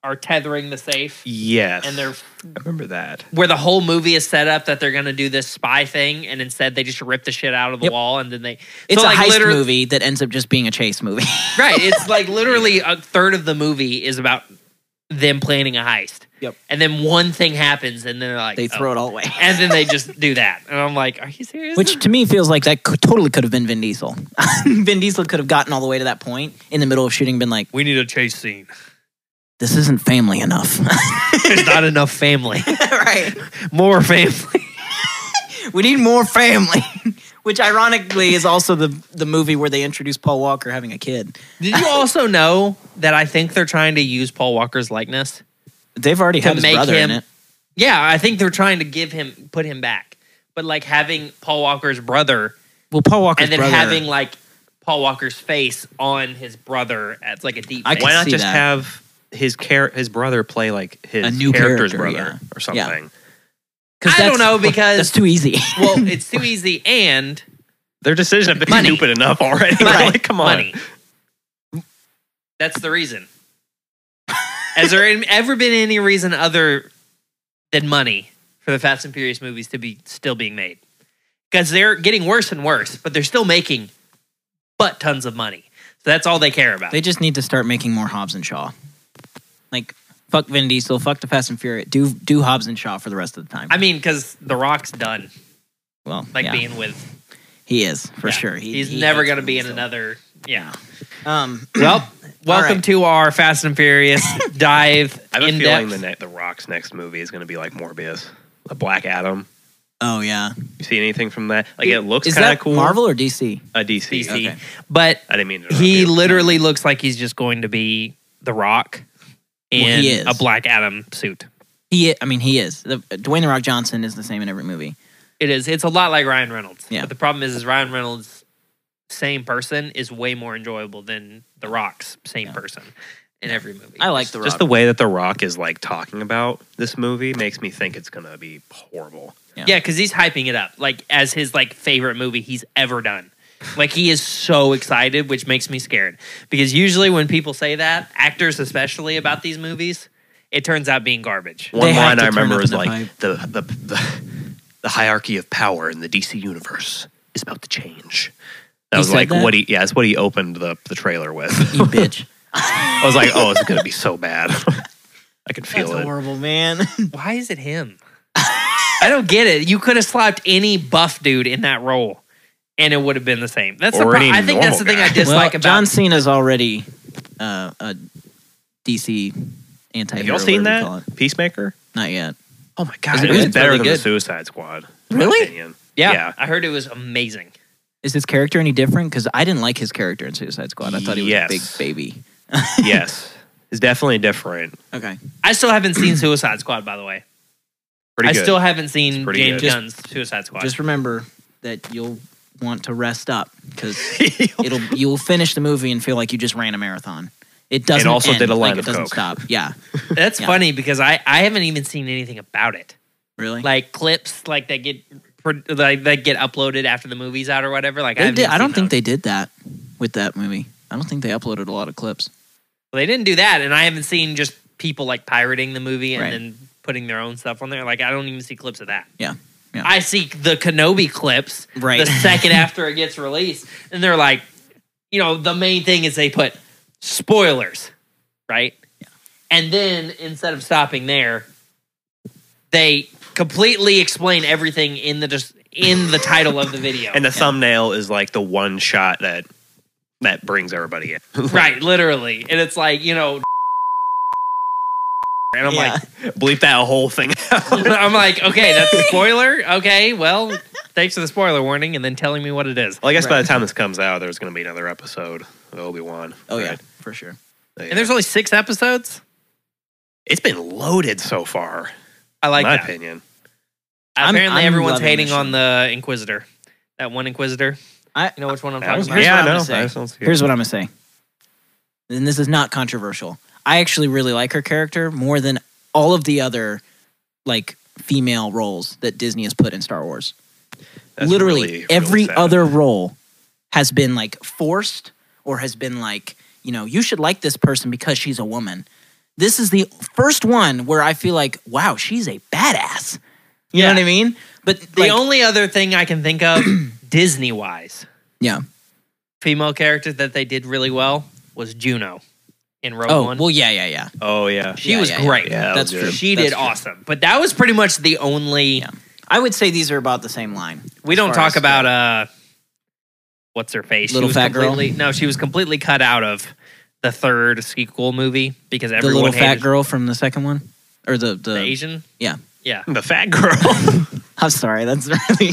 S1: are tethering the safe,
S6: Yes.
S1: and they're
S6: I remember that.
S1: where the whole movie is set up that they're going to do this spy thing, and instead they just rip the shit out of the
S2: Yep.
S1: wall, and then they
S2: It's
S1: so
S2: a
S1: like
S2: heist
S1: literally,
S2: movie that ends up just being a chase movie.
S1: <laughs>
S2: <laughs>
S1: right? It's like literally a third of the movie is about them planning a heist.
S2: Yep.
S1: And then one thing happens, and then they're like oh.
S2: they throw it all away.
S1: <laughs> and then they just do that, and I'm like, are you serious?
S2: Which to me feels like that could, totally could have been Vin Diesel. <laughs> Vin Diesel could have gotten all the way to that point in the middle of shooting, been like,
S1: we need a chase scene.
S2: "This isn't family enough." <laughs>
S1: There's not enough family.
S2: right.
S1: More family.
S2: <laughs> We need more family. <laughs> Which ironically is also the the movie where they introduce Paul Walker having a kid.
S1: <laughs> Did you also know that I think they're trying to use Paul Walker's likeness?
S2: They've already
S1: To
S2: had his
S1: make
S2: brother in
S1: him-
S2: it.
S1: Yeah, I think they're trying to give him put him back. But like having Paul Walker's brother
S2: Well, Paul Walker's
S1: and then
S2: brother.
S1: having like Paul Walker's face on his brother as like a deep
S2: I
S1: fake.
S2: can
S6: Why not
S2: see
S6: <laughs> just
S2: that.
S6: have his char- his brother play like his
S2: A new
S6: character's
S2: character, yeah.
S6: brother or
S2: Yeah.
S6: something?
S2: 'Cause
S1: I
S2: that's-
S1: don't know, because-
S2: that's too easy. <laughs>
S1: well, it's too easy and
S6: Their decision have been
S1: Money.
S6: stupid enough already.
S1: Money.
S6: Like, come on.
S1: money. That's the reason. Has there any- ever been any reason other than money for the Fast and Furious movies to be still being made? Because they're getting worse and worse, but they're still making butt tons of money. So that's all they care about.
S2: They just need to start making more Hobbs and Shaw. Like fuck Vin Diesel, fuck the Fast and Furious. Do do Hobbs and Shaw for the rest of the time.
S1: I mean, because The Rock's done,
S2: well,
S1: like
S2: yeah,
S1: being with.
S2: he is for
S1: yeah.
S2: sure. He-
S1: he's
S2: he
S1: never
S2: hates
S1: going to
S2: Vin
S1: be in
S2: Diesel.
S1: another. Yeah.
S2: Um,
S1: <clears throat> Well, welcome
S2: right.
S1: to our Fast and <laughs> Furious dive.
S6: I have a
S1: in
S6: feeling
S1: depth.
S6: the ne- the Rock's next movie is going to be like Morbius, the Black Adam.
S2: <clears throat> oh yeah,
S6: You see anything from that? Like it looks
S2: is
S6: kind of
S2: that
S6: cool.
S2: Marvel or DC?
S6: uh, DC.
S1: DC.
S2: Okay.
S1: But
S6: I didn't mean to. interrupt
S1: he
S6: you.
S1: literally looks like he's just going to be The Rock in
S2: Well, he is.
S1: a Black Adam suit.
S2: He, I mean, he is. The, Dwayne the Rock Johnson is the same in every movie.
S1: It is. It's a lot like Ryan Reynolds.
S2: Yeah.
S1: But the problem is, is Ryan Reynolds' same person is way more enjoyable than The Rock's same
S2: Yeah.
S1: person in every movie.
S2: I like the Rock.
S6: Just the way that The Rock is like talking about this movie makes me think it's going to be horrible.
S1: Yeah, because he's hyping it up like as his like favorite movie he's ever done. Like he is so excited, which makes me scared. Because usually when people say that, actors especially about these movies, it turns out being garbage.
S6: One
S2: had
S6: line
S2: to
S6: I
S2: turn
S6: remember
S2: up
S6: is
S2: the
S6: like
S2: vibe.
S6: the the, the the hierarchy of power in the DC universe is about to change. That
S2: He
S6: was
S2: said
S6: like
S2: that?
S6: what he yeah, that's what he opened the the trailer with.
S2: <laughs> you bitch.
S6: I was like, oh, it's gonna be so bad. <laughs> I can feel
S2: That's
S6: it.
S2: horrible, man.
S1: <laughs> Why is it him? <laughs> I don't get it. You could have slapped any buff dude in that role, and it would have been the same. That's the
S6: Or
S1: pro-
S6: any
S1: I think that's
S6: normal
S1: the thing
S6: guy.
S1: I
S2: well,
S1: dislike about
S2: John Cena's already uh, a DC anti.
S6: Have y'all seen that Peacemaker?
S2: Not yet.
S6: Oh my god,
S2: Is
S6: it,
S2: it
S6: was
S2: good? It's
S6: better
S2: really
S6: than the
S2: good.
S6: Suicide Squad. in my
S2: Really?
S6: opinion.
S1: Yeah,
S6: yeah.
S1: I heard it was amazing.
S2: Is his character any different? Because I didn't like his character in Suicide Squad. I thought he was
S6: Yes.
S2: a big baby.
S6: yes, it's definitely different.
S2: Okay.
S1: I still haven't seen Suicide Squad, by the way.
S6: Pretty
S1: I
S6: good.
S1: still haven't seen
S6: It's pretty
S1: James
S6: good.
S1: Gunn's Suicide Squad.
S2: Just remember that you'll want to rest up
S6: <laughs>
S2: because it'll you will finish the movie and feel like you just ran a marathon. It doesn't.
S6: also
S2: end,
S6: did a
S2: like,
S6: line of
S2: it doesn't
S6: coke.
S2: stop. Yeah.
S1: That's
S2: Yeah.
S1: funny because I, I haven't even seen anything about it.
S2: Really.
S1: Like clips like that get pro- like that get uploaded after the movie's out or whatever. Like I,
S2: They
S1: haven't
S2: did,
S1: even
S2: I don't
S1: seen
S2: think
S1: those.
S2: they did that with that movie. I don't think they uploaded a lot of clips.
S1: Well, they didn't do that, and I haven't seen just people like pirating the movie and
S2: Right.
S1: then putting their own stuff on there. Like I don't even see clips of that.
S2: Yeah. Yeah.
S1: I see the Kenobi clips
S2: Right.
S1: the second after it gets released, and they're like, you know, the main thing is they put spoilers, right? And then instead of stopping there, they completely explain everything in the just in the title of the video.
S6: and the thumbnail is like the one shot that that brings everybody in.
S1: right, literally, and it's like you know, <laughs> and I'm like.
S6: Bleep that whole thing <laughs> out.
S1: I'm like, okay, that's a spoiler. Okay, well, thanks for the spoiler warning and then telling me what it is.
S6: Well, I guess by the time this comes out, there's going to be another episode of Obi Wan.
S2: oh yeah, for sure.
S1: And there's only six episodes.
S6: it's been loaded so far.
S1: I like
S6: in my
S1: that.
S6: opinion.
S2: I'm-
S1: Apparently,
S2: I'm
S1: everyone's
S2: loving
S1: hating
S2: this
S1: on the Inquisitor. That one Inquisitor.
S2: I-
S1: you know which one I'm
S6: That
S1: talking
S6: was-
S1: about.
S2: here's
S6: yeah,
S2: what I'm
S6: I
S2: gonna
S6: know.
S2: say.
S6: I just don't see it.
S2: Here's what I'm gonna say, and this is not controversial. I actually really like her character more than all of the other like female roles that Disney has put in Star Wars.
S6: That's
S2: Literally
S6: really, really
S2: every
S6: sad.
S2: other role has been like forced or has been like, you know, you should like this person because she's a woman. This is the first one where I feel like, wow, she's a badass. You know
S1: Yeah.
S2: what I mean? But
S1: The
S2: like-
S1: only other thing I can think of, <clears throat> Disney wise,
S2: yeah.
S1: female character that they did really well was Juno in Rogue
S2: Oh
S1: One.
S2: well, yeah, yeah, yeah.
S6: Oh yeah. <laughs>
S1: she
S2: yeah,
S1: was
S2: yeah, yeah.
S1: great.
S6: Yeah,
S2: That's
S6: that was
S2: true.
S6: good.
S1: She
S2: That's
S1: did
S2: true.
S1: awesome. But that was pretty much the only.
S2: Yeah. I would say these are about the same line.
S1: We
S2: as
S1: don't
S2: far
S1: talk
S2: as-
S1: about uh, what's her face?
S2: Little
S1: she was
S2: fat girl?
S1: completely no. She was completely cut out of the third sequel movie because
S2: the
S1: everyone
S2: little fat
S1: hated
S2: girl from the second one, or the the,
S1: the
S2: <laughs>
S1: Asian.
S2: yeah.
S1: Yeah,
S6: The fat
S2: <laughs>
S6: girl.
S2: I'm sorry, that's <laughs> really.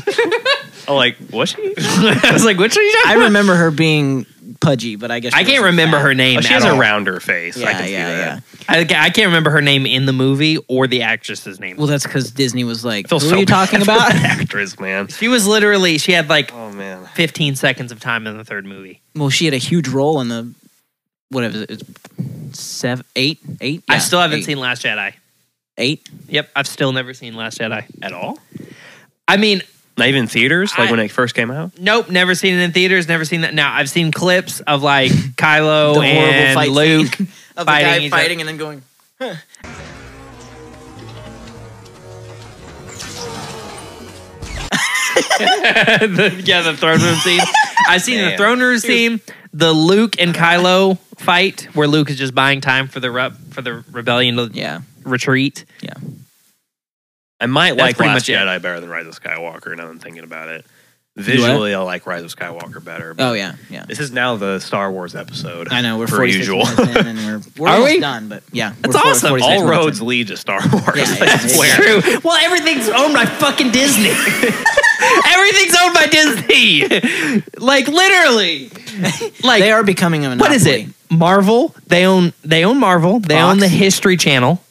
S6: oh, like
S2: <laughs>
S6: was she?
S1: I was like, which are you talking
S2: I
S1: about?
S2: remember her being pudgy, but I guess she
S1: I can't
S2: wasn't
S1: remember
S2: fat.
S1: her name.
S6: Oh, she
S1: at
S6: has a
S1: all.
S6: rounder face. I
S2: Yeah,
S6: can see
S2: yeah,
S6: that.
S2: yeah.
S1: I, I can't remember her name in the movie or the actress's name.
S2: Well, that's because Disney was like,
S6: I feel
S2: "Who
S6: so
S2: are you talking
S6: bad for
S2: about?"
S6: the <laughs> actress, man.
S1: she was literally she had like
S6: Oh man.
S1: 15 seconds of time in the third movie.
S2: <laughs> well, she had a huge role in the whatever it it's seven, eight, eight.
S1: I
S2: Yeah,
S1: still haven't
S2: eight.
S1: seen Last Jedi.
S2: eight.
S1: Yep, I've still never seen Last Jedi
S6: At all?
S1: I mean,
S6: Not even theaters, like
S1: I-
S6: when it first came out.
S1: nope, never seen it in theaters. Never seen that. Now I've seen clips
S2: <laughs>
S1: of like Kylo
S2: The horrible
S1: and
S2: fight
S1: Luke. <laughs>
S2: scene <laughs> of the
S1: fighting
S2: guy
S1: each
S2: fighting and then going.
S1: The- yeah, the throne room scene. I've seen the
S6: Damn.
S1: throne room scene, the Luke and Kylo fight, where Luke is just buying time for the re- for the rebellion to
S2: Yeah,
S1: retreat.
S2: yeah.
S6: I might
S1: That's
S6: like
S1: pretty
S6: Last
S1: much it.
S6: Jedi better than Rise of Skywalker. Now that I'm thinking about it. Visually, I like Rise of Skywalker better. but
S2: Oh yeah, yeah.
S6: This is now the Star Wars episode.
S2: I know we're
S6: per
S2: 46
S6: usual.
S2: minutes in and
S1: <laughs>
S2: we're, we're
S1: Are
S2: almost
S1: we?
S2: done, but yeah,
S1: That's
S2: we're four-
S1: awesome.
S2: 46
S6: All
S2: minutes in.
S6: roads lead to Star Wars.
S1: <laughs>
S2: Yeah,
S6: <laughs>
S2: yeah,
S6: I
S2: yeah.
S6: swear.
S1: True. Well, everything's owned by fucking Disney. <laughs> everything's owned by Disney. <laughs> like literally. Like
S2: They are becoming a
S1: what
S2: monopoly.
S1: is it? Marvel. They own they own Marvel. They own
S2: Fox.
S1: the History Channel.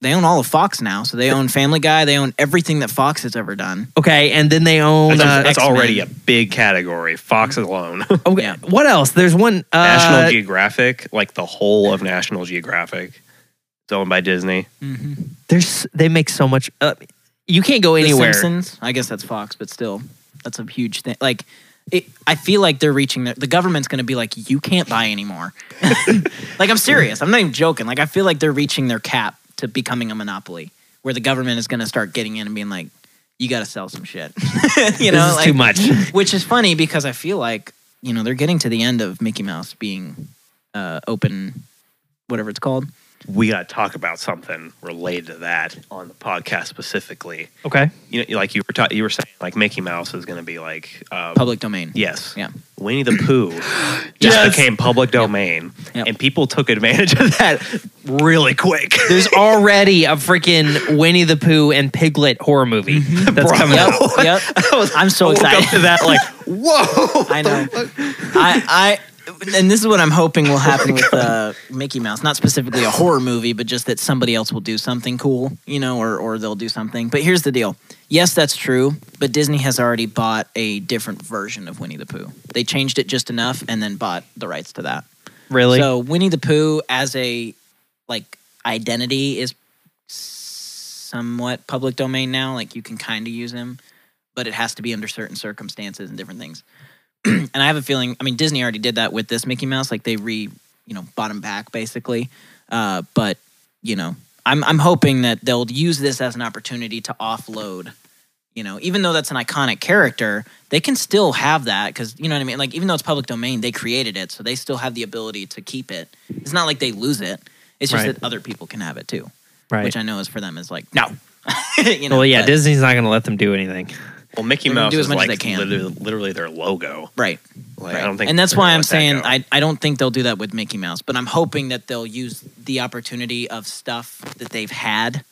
S2: They own all of Fox now, so they own Family Guy. They own everything that Fox has ever done.
S1: Okay, and then they own
S6: That's,
S1: uh,
S6: that's
S1: X-Men.
S6: already a big category. Fox alone. <laughs>
S1: Okay,
S2: Yeah.
S1: What else? There's one uh,
S6: National Geographic, like the whole of National Geographic, it's owned by Disney.
S1: There's they make so much. Uh, you can't go
S2: The
S1: anywhere.
S2: Simpsons. I guess that's Fox, but still, that's a huge thing. Like, it, I feel like they're reaching. Their, the government's going to be like, you can't buy anymore. <laughs> like, I'm serious. I'm not even joking. Like, I feel like they're reaching their cap to becoming a monopoly, where the government is going to start getting in and being like, you got to sell some shit. <laughs> you know,
S1: this is
S2: like,
S1: too much. <laughs>
S2: Which is funny because I feel like you know they're getting to the end of Mickey Mouse being uh, open, whatever it's called.
S6: <laughs> We got to talk about something related to that on the podcast specifically.
S1: Okay.
S6: You know, like you were ta- you were saying, like Mickey Mouse is going to be like uh,
S2: Public domain.
S6: Yes.
S2: Yeah.
S6: Winnie the Pooh
S1: <gasps>
S6: just became public domain,
S2: Yep.
S6: and people took advantage of that <laughs> really quick.
S1: There's already a freaking Winnie the Pooh and Piglet horror movie that's
S6: Bro.
S1: coming
S2: Yep.
S1: out.
S2: yep. I'm so
S6: Woke
S2: excited.
S6: up to that,
S1: <laughs>
S6: like
S2: I know. I, I, and this is what I'm hoping will happen with uh, Mickey Mouse. Not specifically a horror movie, but just that somebody else will do something cool, you know, or or they'll do something. But here's the deal. Yes, that's true, but Disney has already bought a different version of Winnie the Pooh. They changed it just enough, and then bought the rights to that.
S1: Really?
S2: So Winnie the Pooh as a like identity is somewhat public domain now. Like you can kind of use him, but it has to be under certain circumstances and different things. and I have a feeling. I mean, Disney already did that with this Mickey Mouse. Like they re you know bought him back basically. Uh, but you know, I'm I'm hoping that they'll use this as an opportunity to offload. You know, even though that's an iconic character, they can still have that because you know what I mean. Like even though it's public domain, they created it, so they still have the ability to keep it. It's not like they lose it. It's just
S1: Right.
S2: that other people can have it too,
S1: right.
S2: which I know is for them is like no. <laughs> you know,
S1: well, yeah,
S2: but-
S1: Disney's not going to let them do anything.
S6: well, Mickey
S2: They're gonna
S6: Mouse
S2: do as
S6: is
S2: much as
S6: like
S2: they can.
S6: Literally, literally their logo.
S2: right.
S6: Like,
S2: Right.
S6: I don't think,
S2: and that's
S6: they're
S2: why
S6: gonna
S2: I'm
S6: let that
S2: saying
S6: go.
S2: I, I don't think they'll do that with Mickey Mouse, but I'm hoping that they'll use the opportunity of stuff that they've had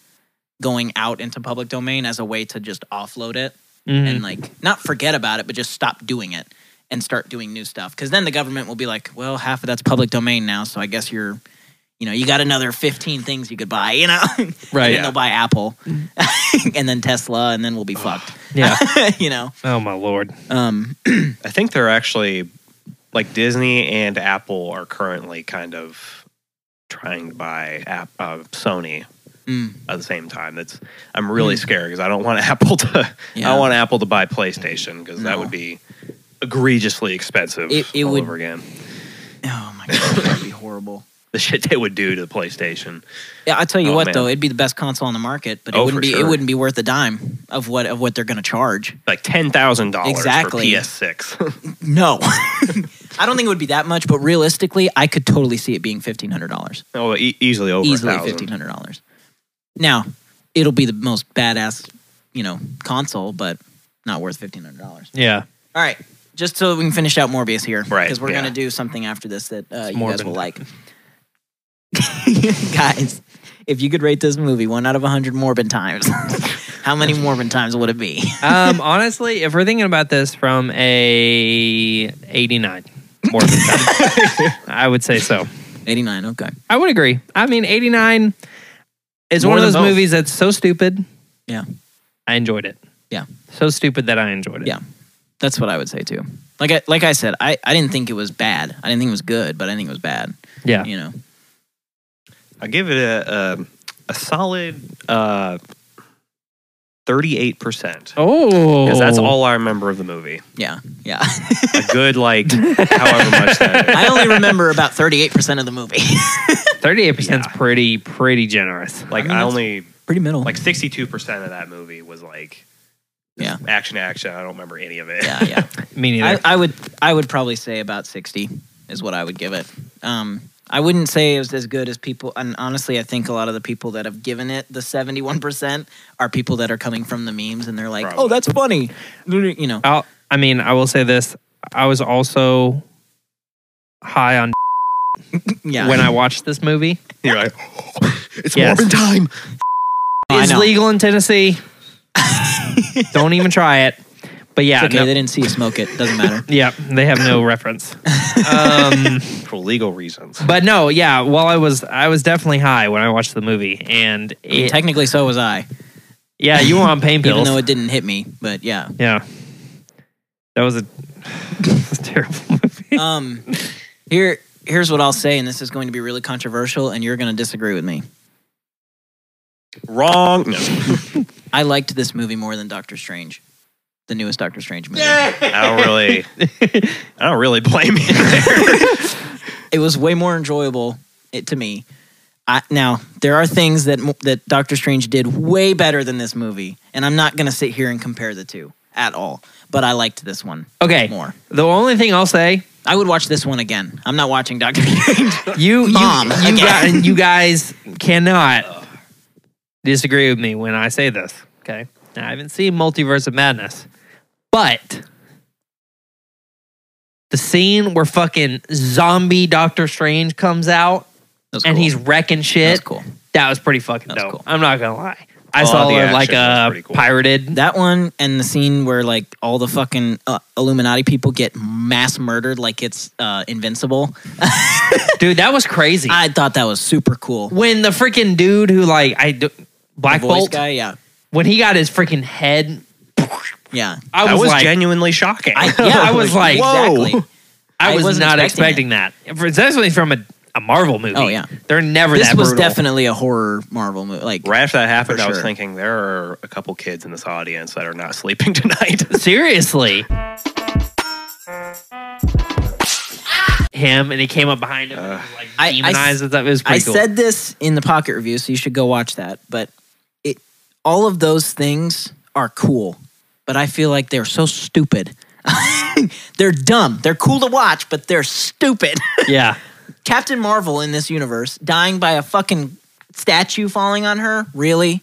S2: going out into public domain as a way to just offload it
S6: Mm-hmm.
S2: and like not forget about it, but just stop doing it and start doing new stuff. Because then the government will be like, well, half of that's public domain now, so I guess you're, you know, you got another 15 things you could buy, you know, <laughs> and then
S6: Yeah.
S2: they'll buy Apple <laughs> and then Tesla, and then we'll be fucked, <laughs>
S6: <laughs>
S1: Yeah.
S2: you know.
S1: oh my lord.
S2: Um,
S6: I think they're actually like Disney and Apple are currently kind of trying to buy app, uh, Sony
S2: mm,
S6: at the same time. That's I'm really scared because I don't want <laughs> Apple to I
S2: Yeah.
S6: don't want Apple to buy PlayStation because that
S2: No.
S6: would be egregiously expensive
S2: It- it
S6: all
S2: would-
S6: over again.
S2: Oh my god, that'd be horrible.
S6: The shit they would do to the PlayStation.
S2: Yeah, I tell you
S6: Oh,
S2: what
S6: man.
S2: though, it'd be the best console on the market, but it
S6: Oh, for
S2: wouldn't be it
S6: sure.
S2: wouldn't be worth a dime of what of what they're going to charge.
S6: Like ten thousand dollars
S2: Exactly.
S6: for PS6.
S2: No. <laughs> I don't think it would be that much, but realistically, I could totally see it being $1500.
S6: <laughs> oh, e- easily over
S2: Easily
S6: 1,000.
S2: $1500. Now, it'll be the most badass, you know, console, but not worth $1500.
S1: Yeah.
S2: All right. Just so we can finish out Morbius here,
S6: Right,
S2: Because we're
S6: yeah.
S2: gonna do something after this that uh, you guys
S1: morbid.
S2: will like. <laughs> guys, if you could rate this movie one out of hundred Morbin times, <laughs> how many Morbin times would it be? <laughs>
S1: Um, honestly, if we're thinking about this from a 89 more than
S6: <laughs>
S1: that, I would say so.
S2: Eighty nine. Okay.
S1: I would agree. I mean, 89 is
S6: More
S1: one of
S6: than
S1: those
S6: both.
S1: movies that's so stupid.
S2: Yeah.
S1: I enjoyed it.
S2: Yeah.
S1: So stupid that I enjoyed it.
S2: Yeah. That's what I would say too. Like I like I said, I, I didn't think it was bad. I didn't think it was good, but I think it was bad.
S1: Yeah.
S2: You know.
S6: I give it a a, a solid thirty eight percent.
S1: Oh.
S6: Because that's all I remember of the movie.
S2: Yeah. Yeah. <laughs>
S6: A good like <laughs> however much that is.
S2: I only remember about thirty eight percent of the movie.
S1: 38% is
S6: Yeah.
S1: pretty, pretty generous.
S6: Like I, only
S2: Pretty middle.
S6: like sixty two percent of that movie was like
S2: Yeah.
S6: action action. I don't remember any of it.
S2: Yeah, yeah.
S1: Me neither.
S2: I, I would I would probably say about sixty is what I would give it. Um, I wouldn't say it was as good as people. And honestly, I think a lot of the people that have given it the seventy one percent are people that are coming from the memes and they're like,
S6: Probably.
S2: "Oh, that's funny," you know.
S1: I'll, I mean, I will say this. I was also high on
S2: Yeah,
S1: when I watched this movie.
S6: <laughs> You're like, it's
S1: Yes.
S6: Mormon time.
S2: Oh, I
S1: It's
S2: know.
S1: legal
S2: <laughs>
S1: in Tennessee. Don't even try it. But yeah,
S2: It's okay,
S1: no-
S2: they didn't see you smoke it. Doesn't
S1: <laughs>
S2: matter.
S1: yeah, they have no reference. Um,
S6: For legal reasons.
S1: but no, yeah. Well, I was I was definitely high when I watched the movie, and it,
S2: Technically, so was I,
S1: yeah, you were on
S2: <laughs>
S1: pain
S2: even
S1: pills.
S2: though it didn't hit me. But yeah,
S1: yeah, that was a, <laughs> that was a terrible movie.
S2: um, here here's what I'll say, and this is going to be really controversial, and you're going to disagree with me.
S6: Wrong. No.
S2: I liked this movie more than Doctor Strange, the newest Doctor Strange movie.
S6: I don't really I don't really
S2: <laughs>
S6: blame you there.
S2: it was way more enjoyable it, to me. I, now there are things that mo- that Doctor Strange did way better than this movie, and I'm not gonna sit here and compare the two at all. But I liked this one
S1: Okay,
S2: more.
S1: the only thing I'll say,
S2: I would watch this one again. I'm not watching Doctor <laughs>
S1: <laughs>
S2: Strange.
S1: you
S2: Mom,
S1: you, you,
S2: again.
S1: guys, you guys cannot disagree with me when I say this. Okay, now, I haven't seen Multiverse of Madness, but the scene where fucking zombie Doctor Strange comes out
S2: That's
S1: and
S2: cool.
S1: he's wrecking shit.
S2: that's cool.
S1: That was pretty fucking
S2: That was
S1: dope.
S2: cool.
S1: I'm not gonna lie. I
S6: Oh,
S1: saw
S6: the
S1: it like
S6: action was
S1: a
S6: pretty cool.
S2: <laughs>
S1: pirated.
S2: That one and the scene where like all the fucking uh, Illuminati people get mass murdered like it's uh, invincible.
S1: Dude, that was crazy.
S2: I thought that was super cool.
S1: when the freaking dude who like I d- Black
S2: The voice
S1: Bolt
S2: guy, yeah,
S1: when he got his freaking head,
S2: yeah.
S1: I was,
S6: That was
S1: like,
S6: genuinely shocking.
S2: I, yeah,
S1: <laughs> I was like,
S2: exactly.
S1: I
S2: I
S1: was
S2: wasn't
S1: not expecting,
S2: expecting
S1: that. For- Especially from a, a Marvel movie.
S2: Oh, yeah.
S1: they're never
S2: This
S1: that
S2: was
S1: brutal.
S2: definitely a horror Marvel movie. Like,
S6: <laughs> Right after that happened,
S2: For
S6: I was
S2: sure.
S6: thinking there are a couple kids in this audience that are not sleeping <laughs> tonight.
S1: seriously. Him and he came up behind him, and, like
S2: I- I
S1: demonized. I, that was
S2: I
S1: pretty cool.
S2: said this in the pocket review, so you should go watch that. But it, all of those things are cool, but I feel like they're so stupid. <laughs> they're dumb. They're cool to watch, but they're stupid. <laughs>
S1: yeah,
S2: Captain Marvel in this universe dying by a fucking statue falling on her. Really,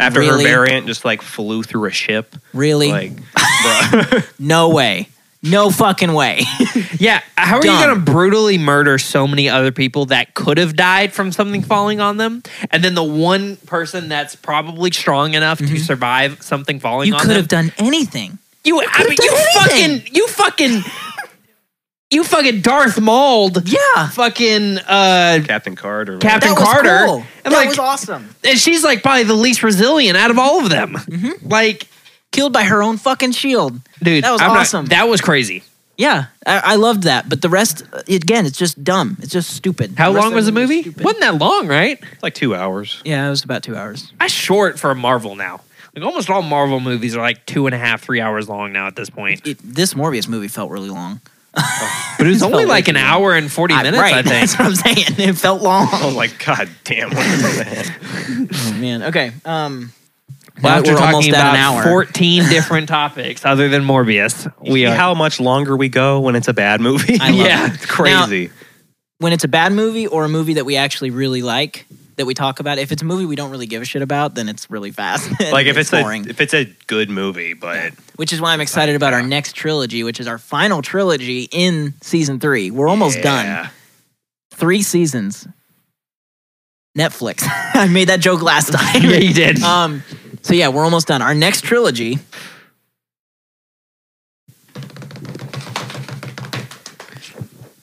S6: After
S2: Really?
S6: her variant just like flew through a ship.
S2: really, <laughs>
S6: Like, bro.
S2: no way, no fucking way. <laughs>
S1: Yeah, how are
S2: Dumb.
S1: you going to brutally murder so many other people that could have died from something falling on them, and then the one person that's probably strong enough to survive something falling
S2: Mm-hmm. you
S1: on
S2: could
S1: them?
S2: have done anything.
S1: you, I
S2: done
S1: mean, you
S2: anything.
S1: fucking, you fucking, you fucking Darth Mauled,
S2: Yeah.
S1: fucking uh,
S6: Captain Carter.
S1: Captain
S2: That was
S1: Carter.
S2: cool.
S1: I'm
S2: that
S1: like-
S2: was awesome.
S1: and she's like probably the least resilient out of all of them. Like,
S2: Killed by her own fucking shield. Mm-hmm.
S1: dude,
S2: That was
S1: I'm not-
S2: awesome.
S1: that was crazy.
S2: Yeah, I, I loved that. But the rest, uh, again, it's just dumb. It's just stupid.
S1: How
S2: The rest
S1: long
S2: of
S1: was the
S2: it
S1: movie?
S2: stupid.
S1: Wasn't that long, right?
S6: It's like two hours.
S2: Yeah, it was about two hours.
S1: I short for a Marvel now. Like almost all Marvel movies are like two and a half, three hours long now at this point.
S2: It, this Morbius movie felt really long.
S1: But it was only
S2: felt
S1: like
S2: like
S1: an
S2: it.
S1: hour and forty
S2: I-
S1: minutes,
S2: right, <laughs>
S1: I think. <laughs>
S2: That's what I'm saying. It felt long.
S6: I was like, God damn, what is that?
S2: Oh, man. Okay. Um,
S1: Well,
S2: now
S1: after
S2: we're
S1: talking
S2: almost at
S1: about
S2: an hour.
S1: fourteen different topics other than Morbius,
S2: <laughs>
S1: we
S6: See
S1: are.
S6: how much longer we go when it's a bad movie.
S2: I love
S1: Yeah.
S2: it.
S6: <laughs> it's crazy.
S2: when it's a bad movie or a movie that we actually really like that we talk about, if it's a movie we don't really give a shit about, then it's really fast. <laughs>
S6: like if it's,
S2: boring.
S6: a if it's a good movie, but
S2: which is why I'm excited about our next trilogy, which is our final trilogy in season three. We're almost done.
S6: Yeah.
S2: Three seasons. Netflix. <laughs> I made that joke
S1: <laughs>
S2: last time.
S1: yeah, you did.
S2: Um, so yeah, we're almost done. Our next trilogy.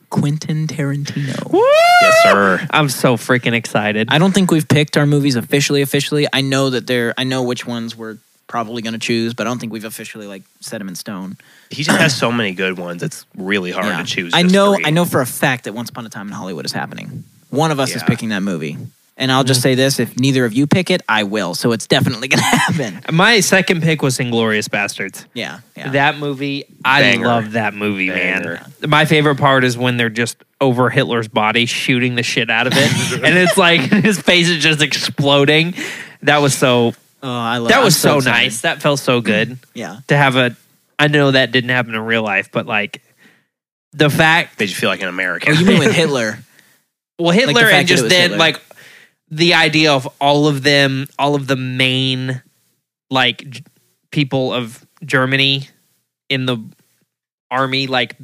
S2: Quentin Tarantino.
S6: Yes, sir.
S1: <laughs> I'm so freaking excited.
S2: I don't think we've picked our movies officially. Officially, I know that they're. I know which ones we're probably going to choose, but I don't think we've officially like set them in stone.
S6: He just has so many good ones. It's really hard
S2: Yeah.
S6: to choose.
S2: I
S6: just
S2: know.
S6: three.
S2: I know for a fact that Once Upon a Time in Hollywood is happening. One of us is
S6: Yeah.
S2: picking that movie, and I'll just say this: if neither of you pick it, I will. So it's definitely <laughs> going to happen.
S1: My second pick was Inglorious Bastards.
S2: Yeah. Yeah.
S1: That movie, I
S6: Banger.
S1: love that movie,
S6: Banger.
S1: man. My favorite part is when they're just over Hitler's body shooting the shit out of it, and it's like <laughs> his face is just exploding. That was so.
S2: oh, I love.
S1: That
S2: I'm
S1: was so,
S2: excited.
S1: nice. That felt so good
S2: Yeah.
S1: to have a. I know that didn't happen in real life, but like the fact,
S6: Made you feel like an American.
S2: Oh, you
S1: <laughs>
S2: mean with Hitler?
S1: well,
S2: the
S1: Hitler
S2: fact that
S1: and
S2: it
S1: just
S2: was
S1: then
S2: Hitler.
S1: like the idea of all of them, all of the main like J- people of Germany in the army, like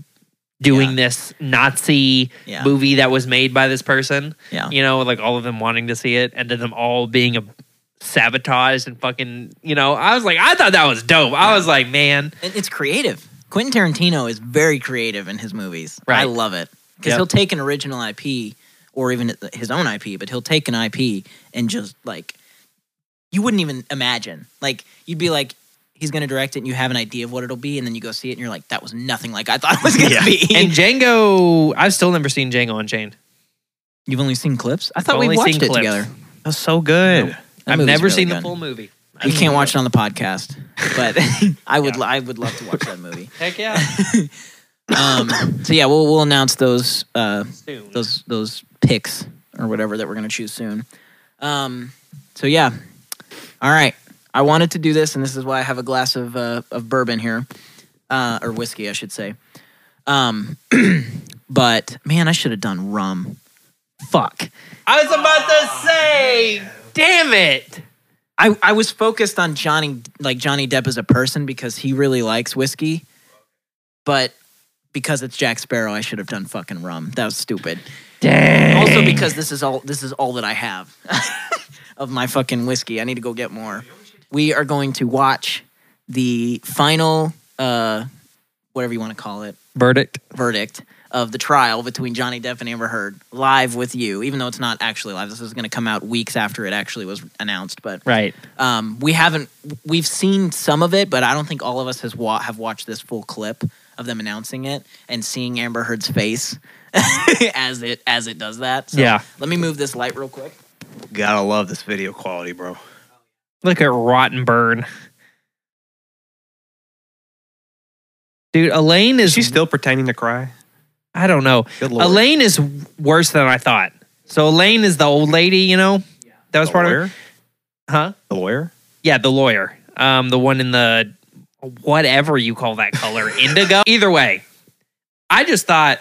S1: doing
S2: Yeah.
S1: this Nazi
S2: Yeah.
S1: movie that was made by this person.
S2: Yeah.
S1: You know, like all of them wanting to see it and then them all being a, sabotaged and fucking, you know, I was like, I thought that was dope. I was like, man,
S2: It- It's creative. Quentin Tarantino is very creative in his movies. I
S1: Right.
S2: love it because
S1: Yep.
S2: he'll take an original IP or even his own IP, but he'll take an IP and just like you wouldn't even imagine. Like you'd be like, he's going to direct it, and you have an idea of what it'll be, and then you go see it, and you're like, that was nothing like I thought it was going to
S6: Yeah.
S2: be. <laughs>
S1: and Django, I've still never seen Django Unchained.
S2: You've only seen clips. I thought
S1: I've
S2: we
S1: only
S2: watched
S1: seen
S2: it
S1: clips.
S2: together.
S6: That's so good.
S2: That
S1: I've
S2: movie's
S1: never
S2: really
S1: seen the
S2: good.
S1: full movie.
S2: We can't watch it on the podcast, <laughs> but I would. li- I would love to watch that movie.
S1: Heck yeah.
S2: Um, so yeah, we'll we'll announce those uh,
S1: Soon.
S2: those those picks or whatever that we're gonna choose soon. Um, so yeah, all right. I wanted to do this, and this is why I have a glass of uh, of bourbon here, uh, or whiskey, I should say. Um, <clears throat> but man, I should have done rum. Fuck.
S1: I was about to say, damn it.
S2: I, I was focused on Johnny like Johnny Depp as a person because he really likes whiskey, but because it's Jack Sparrow, I should have done fucking rum. That was stupid. Dang. Also because this is all this is all that I have <laughs> of my fucking whiskey. I need to go get more. We are going to watch the final uh whatever you want to call it
S1: Verdict.
S2: verdict of the trial between Johnny Depp and Amber Heard live with you, even though it's not actually live. This is going to come out weeks after it actually was announced, but
S1: Right.
S2: um, we haven't we've seen some of it, but I don't think all of us has wa- have watched this full clip of them announcing it and seeing Amber Heard's face <laughs> as it as it does that. So
S1: Yeah.
S2: Let me move this light real quick.
S6: <laughs> Gotta love this video quality, bro.
S1: Look at Rotten Burn. Dude, Elaine
S6: Is
S1: is.
S6: she still pretending to cry?
S1: I don't know.
S6: Good lord.
S1: Elaine is worse than I thought. So Elaine is the old lady, you know? That was
S6: the
S1: part
S6: lawyer?
S1: of Huh?
S6: The lawyer?
S1: Yeah, the lawyer. Um, the one in the whatever you call that
S2: <laughs>
S1: color, indigo. Either way, I just thought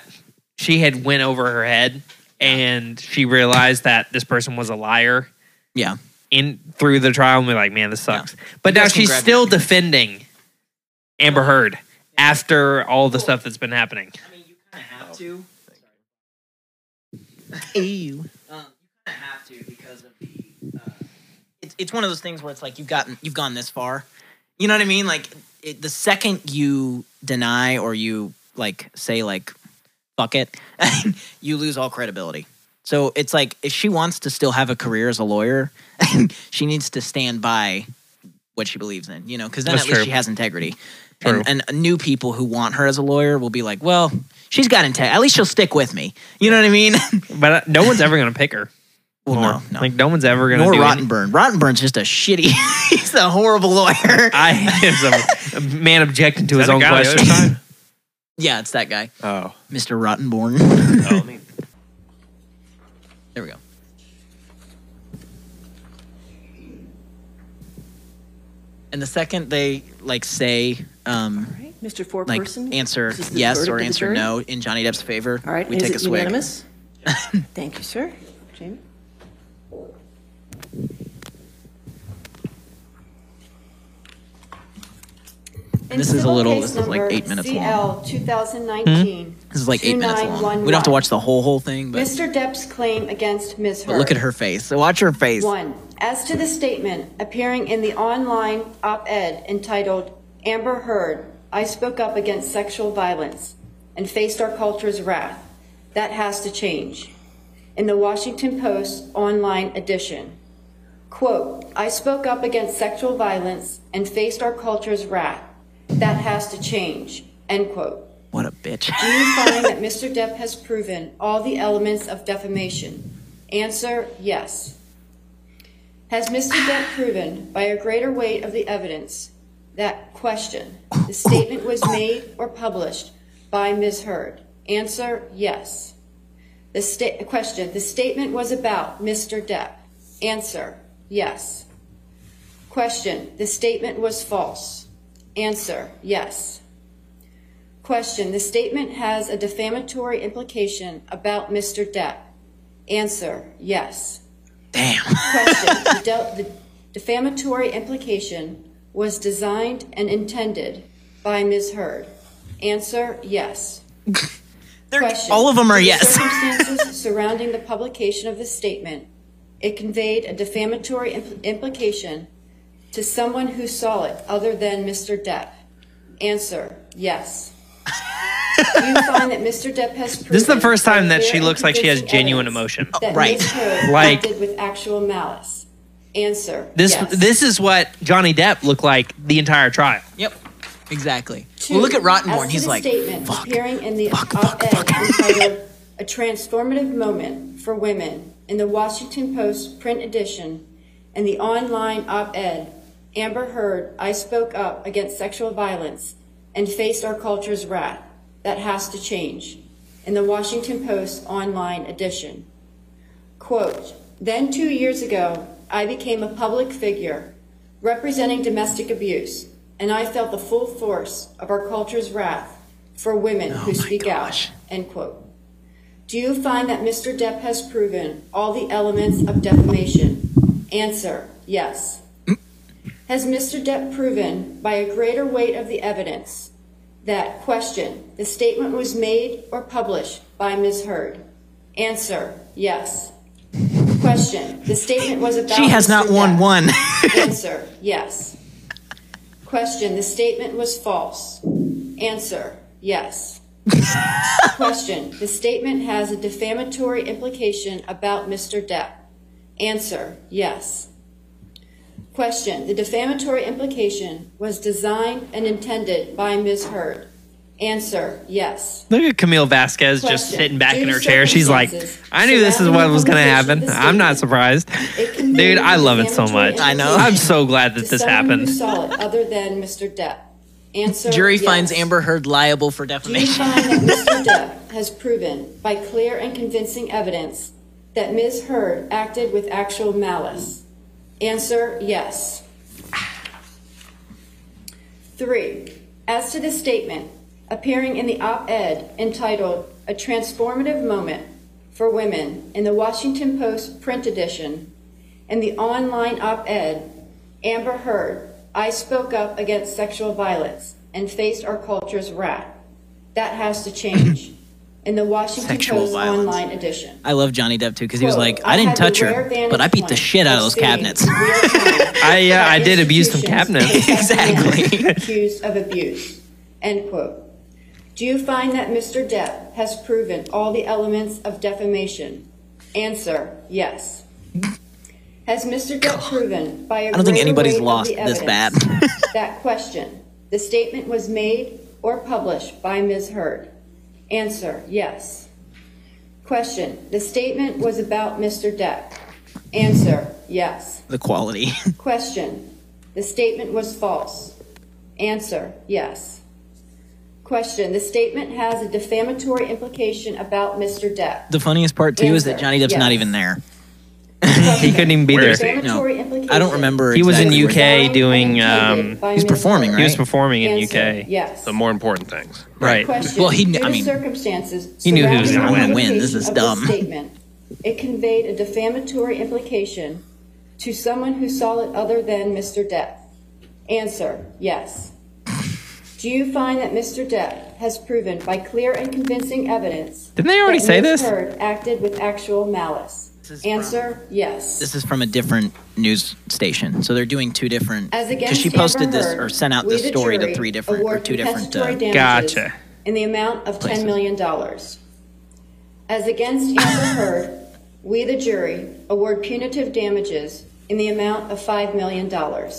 S1: she had went over her head and she realized that this person was a liar
S2: Yeah.
S1: in through the trial and we're like, man, this sucks. But
S2: You
S1: now
S2: guys can
S1: she's
S2: grab
S1: still defending Amber Heard after all the stuff that's been happening.
S2: I have to. Ew. Oh, Um, you kind of have to because of the. Uh, it's it's one of those things where it's like you've gotten you've gone this far. You know what I mean? Like it, the second you deny or you like say like fuck it, <laughs> you lose all credibility. So it's like if she wants to still have a career as a lawyer, <laughs> she needs to stand by what she believes in, you know, because then
S1: That's
S2: at least
S1: true.
S2: she has integrity.
S1: True.
S2: And, and new people who want her as a lawyer will be like, well, she's got integrity. At least she'll stick with me. You know what I mean? <laughs>
S1: But uh, no one's ever going to pick her.
S2: Well, no, no.
S1: Like no one's ever gonna.
S2: Nor
S1: do any- <laughs>
S2: Rottenburn. Rottenburn's just a shitty. <laughs> he's a horrible lawyer.
S1: I is a- a man objecting to his
S6: That
S1: own
S6: guy on the other
S1: question.
S6: side?
S2: yeah, it's that guy,
S6: Oh.
S2: Mr. Rottenborn.
S6: Oh, let me-
S2: <laughs> there we go. And the second they like say, um,
S8: Right, Mr. Four
S2: like
S8: Person?
S2: answer
S8: Is this the
S2: yes
S8: verdict
S2: or
S8: of the
S2: answer
S8: jury?
S2: no in Johnny Depp's favor,
S8: All right,
S2: we
S8: is
S2: take a
S8: it
S2: swig.
S8: unanimous? Thank you, sir. Jamie?
S2: And this is a little. This is like eight minutes long. Hmm?
S10: CL 2019.
S2: This is like eight minutes long. We don't have to
S10: 2911.
S2: watch the whole whole thing, but,
S10: Mr. Depp's claim against Ms.
S2: but look at her face. So watch her face.
S10: One, as to the statement appearing in the online op-ed entitled Amber Heard, I spoke up against sexual violence and faced our culture's wrath. That has to change. In the Washington Post online edition, quote, I spoke up against sexual violence and faced our culture's wrath. That has to change, end quote.
S2: What a bitch.
S10: We
S2: <laughs>
S10: find that Mr. Depp has proven all the elements of defamation. Answer, yes. Has Mr. Depp proven by a greater weight of the evidence that question, the statement was made or published by Ms. Heard? Answer, yes. The sta- question, the statement was about Mr. Depp. Answer, yes. Question, the statement was false. Answer, yes. Question, the statement has a defamatory implication about Mr. Depp. Answer, yes.
S2: Damn.
S10: Question, the, de- the defamatory implication was designed and intended by Ms. Heard. Answer, yes. Question,
S2: all of them are
S10: did the
S2: yes.
S1: <laughs>
S10: circumstances surrounding the publication of this statement, it conveyed a defamatory impl- implication to someone who saw it other than Mr. Depp. Answer, yes. you find that Mr. Depp has
S1: This is the
S10: proven
S1: first time
S10: by
S1: that she
S10: clear and
S1: looks like she has
S10: convincing
S1: genuine
S10: evidence
S1: emotion.
S10: that
S2: Right.
S10: Ms. Heard
S1: Like-
S10: acted with actual malice. Answer.
S1: This
S10: yes.
S1: this is what Johnny Depp looked like the entire trial.
S2: Yep. Exactly.
S10: Two,
S2: Well, look at
S10: as
S2: Rottenborn.
S10: to
S2: He's
S10: the
S2: like,
S10: statement
S2: fuck.
S10: appearing in the
S2: fuck, fuck,
S10: op-ed
S2: fuck."
S10: entitled "A Transformative Moment for Women" in the Washington Post print edition and the online op-ed Amber Heard, I spoke up against sexual violence and faced our culture's wrath. That has to change. In the Washington Post online edition. Quote, then two years ago, I became a public figure representing domestic abuse, and I felt the full force of our culture's wrath for
S2: Oh
S10: women who speak out. End quote. Do you find that Mr. Depp has proven all the elements of defamation? Answer
S2: <clears throat>
S10: yes. Has Mr. Depp proven by a greater weight of the evidence that question the statement was made or published by Ms. Heard? Answer yes. Question the statement was about.
S2: She has
S10: Mr.
S2: not won
S10: Depp.
S2: one.
S10: Answer, yes. Question, the statement was false. Answer, yes.
S1: <laughs>
S10: Question, the statement has a defamatory implication about Mr. Depp. Answer, yes. Question, the defamatory implication was designed and intended by Ms. Heard. Answer, yes.
S1: Look at Camille Vasquez just
S10: Question.
S1: sitting back in
S10: Due
S1: her chair. She's like,
S10: circumstances
S1: I knew this is
S10: surrounding
S1: what
S10: the
S1: was going to
S10: publication of
S1: happen.
S10: the
S1: I'm not surprised.
S10: It can
S1: Dude,
S10: be
S1: I love it so much.
S10: defamatory
S2: I know.
S10: implication
S1: I'm so glad that
S10: to
S1: this
S10: someone who <laughs>
S1: happened.
S10: saw it other than Mr. Depp. Answer,
S2: <laughs> Jury finds
S10: yes.
S2: Amber Heard liable for
S10: Do you
S2: defamation.
S10: find
S2: <laughs>
S10: that Mr. Depp has proven by clear and convincing evidence that Ms. Heard acted with actual malice? Answer, yes. Three, as to the statement appearing in the op-ed entitled "A Transformative Moment for Women" in the Washington Post print edition and the online op-ed Amber Heard, I spoke up against sexual violence and faced our culture's wrath. That has
S2: <clears throat>
S10: to change. In the Washington
S2: Sexual
S10: Post
S2: violence.
S10: online edition.
S2: I love Johnny Depp too because he was
S10: Quote,
S2: like, I didn't
S10: had the
S2: touch
S10: rare
S2: her, but I
S10: vantage
S2: beat the
S10: point
S2: shit out of those
S10: seeing
S2: cabinets. <laughs>
S10: real time
S1: I, yeah,
S10: about
S1: I did abuse some
S10: institutions <laughs>
S1: cabinets.
S10: protecting men
S2: Exactly.
S10: accused of abuse. End quote. Do you find that Mr. Depp has proven all the elements of defamation? Answer: Yes. Has Mr. Depp proven by a
S2: I don't think
S10: greater
S2: anybody's
S10: weight of
S2: lost
S10: the
S2: this bad.
S10: evidence that question. The statement was made or published by Ms. Heard. Answer, yes. Question, the statement was about Mr. Depp. Answer, yes.
S2: <laughs> The quality. <laughs>
S10: Question, the statement was false. Answer, yes. Question, the statement has a defamatory implication about Mr. Depp.
S2: The funniest part too is that
S10: Answer,
S2: Johnny Depp's
S10: yes.
S2: not even there.
S1: he couldn't even be
S2: Where
S1: there.
S2: is he? No.
S10: Defamatory implication.
S2: I don't remember.
S1: He was in
S2: exactly where-
S1: UK doing. Um,
S2: <laughs>
S10: by
S2: He's
S10: Mr.
S2: performing,
S10: Depp.
S2: right?
S1: he was performing in
S10: Answer,
S1: UK.
S10: Yes.
S6: The more important things.
S1: Right.
S10: Question,
S2: Well, he kn-
S10: due to
S2: I mean,
S10: circumstances
S1: he knew he was
S10: surrounding
S1: gonna
S10: the
S2: win. Win, this
S10: publication
S2: is
S10: of the
S2: dumb.
S10: statement, it conveyed a defamatory implication to someone who saw it other than Mr. Depp. Answer: Yes. Do you find that Mr. Depp has proven by clear and convincing evidence?
S1: Didn't they already
S10: that
S1: say
S10: Ms.
S1: this?
S10: Heard acted with actual malice. Answer: Yes.
S2: This is from a different news station, so they're doing two different.
S10: As against
S2: Because she
S10: Amber
S2: posted this
S10: Heard,
S2: or sent out
S10: we,
S2: this
S10: the
S2: story to
S10: jury,
S2: three different or
S10: award
S2: two different.
S10: compensatory
S2: uh,
S10: damages
S1: Gotcha.
S10: In the amount of
S2: places.
S10: $10 million. As against Amber Heard, we, the jury, award punitive damages in the amount of $5 million. In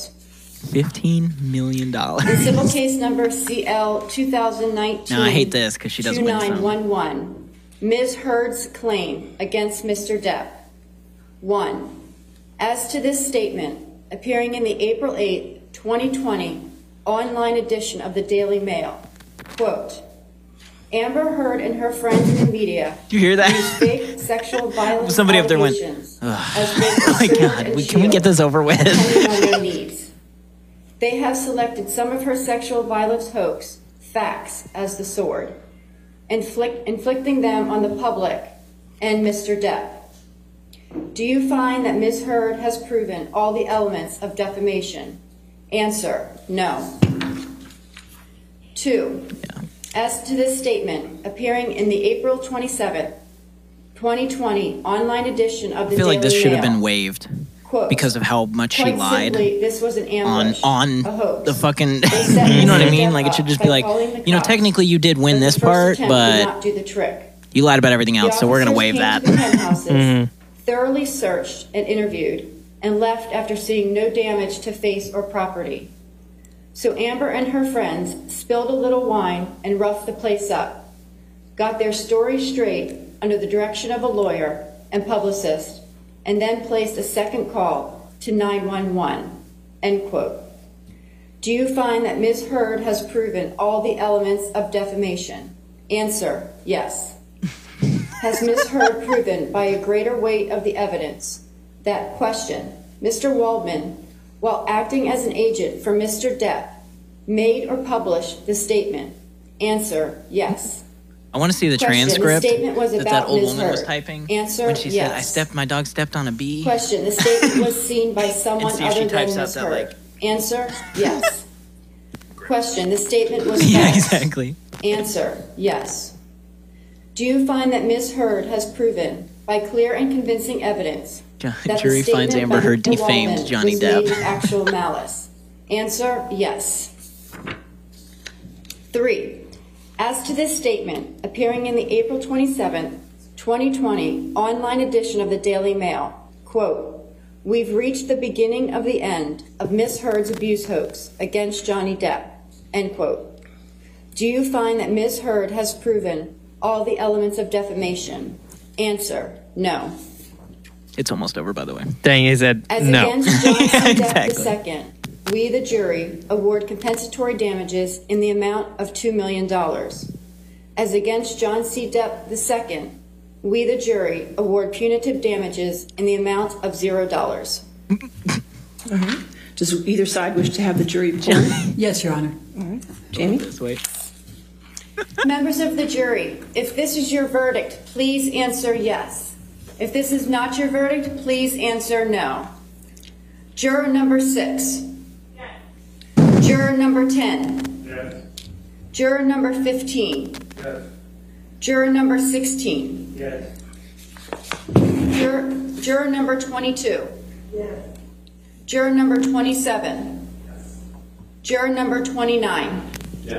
S2: Fifteen million dollars. <laughs>
S10: civil case number CL 2019.
S2: Now I hate this because she doesn't win some.
S10: 2911. Ms. Heard's claim against Mr. Depp. 1. As to this statement, appearing in the April 8, 2020 online edition of the Daily Mail, quote, Amber Heard and her friends in the media
S2: Do <laughs> you hear
S10: use
S2: that?
S10: fake sexual violence
S2: <laughs> Somebody up there went,
S10: allegations as their
S2: <laughs> <laughs> oh my
S10: surge
S2: god,
S10: and
S2: we, can we get
S10: shield
S2: this over with?
S10: <laughs>
S2: <laughs>
S10: depending on their needs. They have selected some of her sexual violence hoax facts as the sword, inflict, inflicting them on the public and Mr. Depp. Do you find that Ms. Heard has proven all the elements of defamation? Answer: No. Two. As to this statement appearing in the April 27th, 2020 online edition of the
S2: I feel like this
S10: Daily
S2: should have
S10: Mail,
S2: been waived
S10: quote,
S2: because of how much she
S10: Quite
S2: lied.
S10: Simply, this was an
S2: on
S10: ambush,
S2: on
S10: a hoax.
S2: the fucking <laughs>
S10: Exact
S2: you know what I mean?
S10: step
S2: Like it
S10: up
S2: should just
S10: by
S2: be like,
S10: calling the
S2: you know,
S10: cops.
S2: technically you did
S10: But
S2: win
S10: the
S2: this
S10: first
S2: part,
S10: attempt did
S2: but
S10: not do the trick.
S2: you lied about everything else, so we're gonna
S10: officers
S2: wave
S10: came
S2: that.
S10: To the penthouses, thoroughly searched and interviewed, and left after seeing no damage to face or property. So Amber and her friends spilled a little wine and roughed the place up, got their story straight under the direction of a lawyer and publicist, and then placed a second call to 911. End quote. Do you find that Ms. Heard has proven all the elements of defamation? Answer: Yes. Has Ms. Heard proven by a greater weight of the evidence that question, Mr. Waldman, while acting as an agent for Mr. Depp, made or published the statement? Answer, yes.
S2: <laughs> I want to see the
S10: Question, the
S2: transcript
S10: statement was
S2: that that
S10: about
S2: old
S10: Ms.
S2: woman was
S10: Heard.
S2: typing
S10: Answer,
S2: when she said, "I
S10: yes.
S2: stepped, my dog stepped on a bee." <laughs>
S10: Question, the statement was seen by someone
S2: And see if she
S10: other than
S2: types out
S10: Ms.
S2: that,
S10: Heard. Answer,
S2: <laughs>
S10: yes. Question, the statement was
S2: Yeah,
S10: false.
S2: exactly.
S10: Answer, yes. Do you find that Ms. Heard has proven by clear and convincing
S2: <laughs>
S10: evidence
S2: John-
S10: that
S2: jury
S10: the statement
S2: finds Amber
S10: by
S2: Heard
S10: Mr.
S2: defamed
S10: Wallman
S2: Johnny
S10: was made
S2: Depp.
S10: with
S2: <laughs>
S10: actual malice? Answer, yes. Three, as to this statement appearing in the April 27th, 2020 online edition of the Daily Mail, quote, We've reached the beginning of the end of Ms. Heard's abuse hoax against Johnny Depp, end quote. Do you find that Ms. Heard has proven all the elements of defamation? Answer, no.
S2: It's almost over, by the way.
S1: Dang, he said
S10: As
S1: no.
S10: against Johnson
S2: Exactly.
S10: Depp II, we, the jury, award compensatory damages in the amount of $2 million. As against John C. Depp II, we, the jury, award punitive damages in the amount of $0.
S8: Does either side wish to have the jury polled?
S7: <laughs> Yes, Your Honor.
S8: Jamie?
S10: Members of the jury, if this is your verdict, please answer yes. If this is not your verdict, please answer no. Juror number six. Juror number 10.
S4: Yes.
S10: Juror number 15.
S4: Yes.
S10: Juror number 16.
S4: Yes.
S10: Juror, juror number 22. Juror number 27. Juror number 29.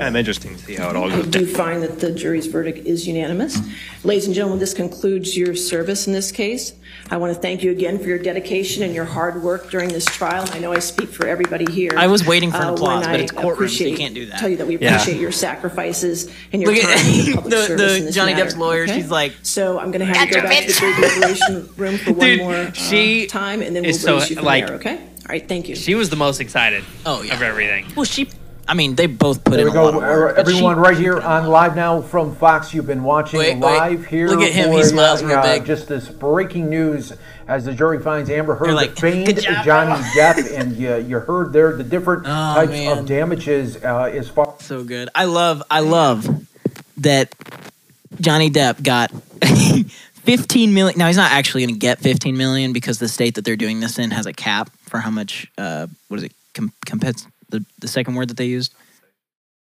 S6: I'm interesting to see how it all
S8: I
S6: goes.
S8: do find that the jury's verdict is unanimous. Ladies and gentlemen, this concludes your service in this case. I want to thank you again for your dedication and your hard work during this trial. I know I speak for everybody here.
S2: I was waiting for an
S8: uh, when
S2: applause, but
S8: I
S2: it's courtroom, so you
S8: appreciate-
S2: can't do that.
S8: Tell you that we
S2: Yeah.
S8: appreciate your sacrifices and your
S2: Look
S8: time
S2: at- <laughs>
S8: in public
S2: the-
S8: service
S2: the
S8: in this
S2: Johnny
S8: matter,
S2: Depp's lawyer,
S8: okay?
S2: she's like,
S8: So I'm going to have you go back to
S2: <laughs>
S8: the big deliberation room for one
S1: Dude,
S8: more uh,
S1: she
S8: time, and then we'll
S1: is
S8: release
S1: so,
S8: you from
S1: like-
S8: there, okay? All right, thank you.
S1: She was the most excited
S2: oh, yeah.
S1: of everything.
S2: Well, she. I mean, they both put
S7: There
S2: in
S7: we
S2: a lot
S7: go,
S2: of work. but she-
S7: everyone, right here on live now from Fox. You've been watching
S2: Wait, wait.
S7: live here.
S2: Look at him, he
S7: for,
S2: smiles real
S7: uh,
S2: big.
S7: Just this breaking news as the jury finds Amber Heard
S2: like,
S7: the feigned
S2: "Good job, Oh,
S7: Johnny Depp, and you, you heard there
S2: <laughs>
S7: the different types of damages uh, as far.
S2: So good. I love. I love that Johnny Depp got <laughs> 15 million. Now he's not actually going to get 15 million because the state that they're doing this in has a cap for how much. Uh, what is it? Com- compens- the the second word that they used.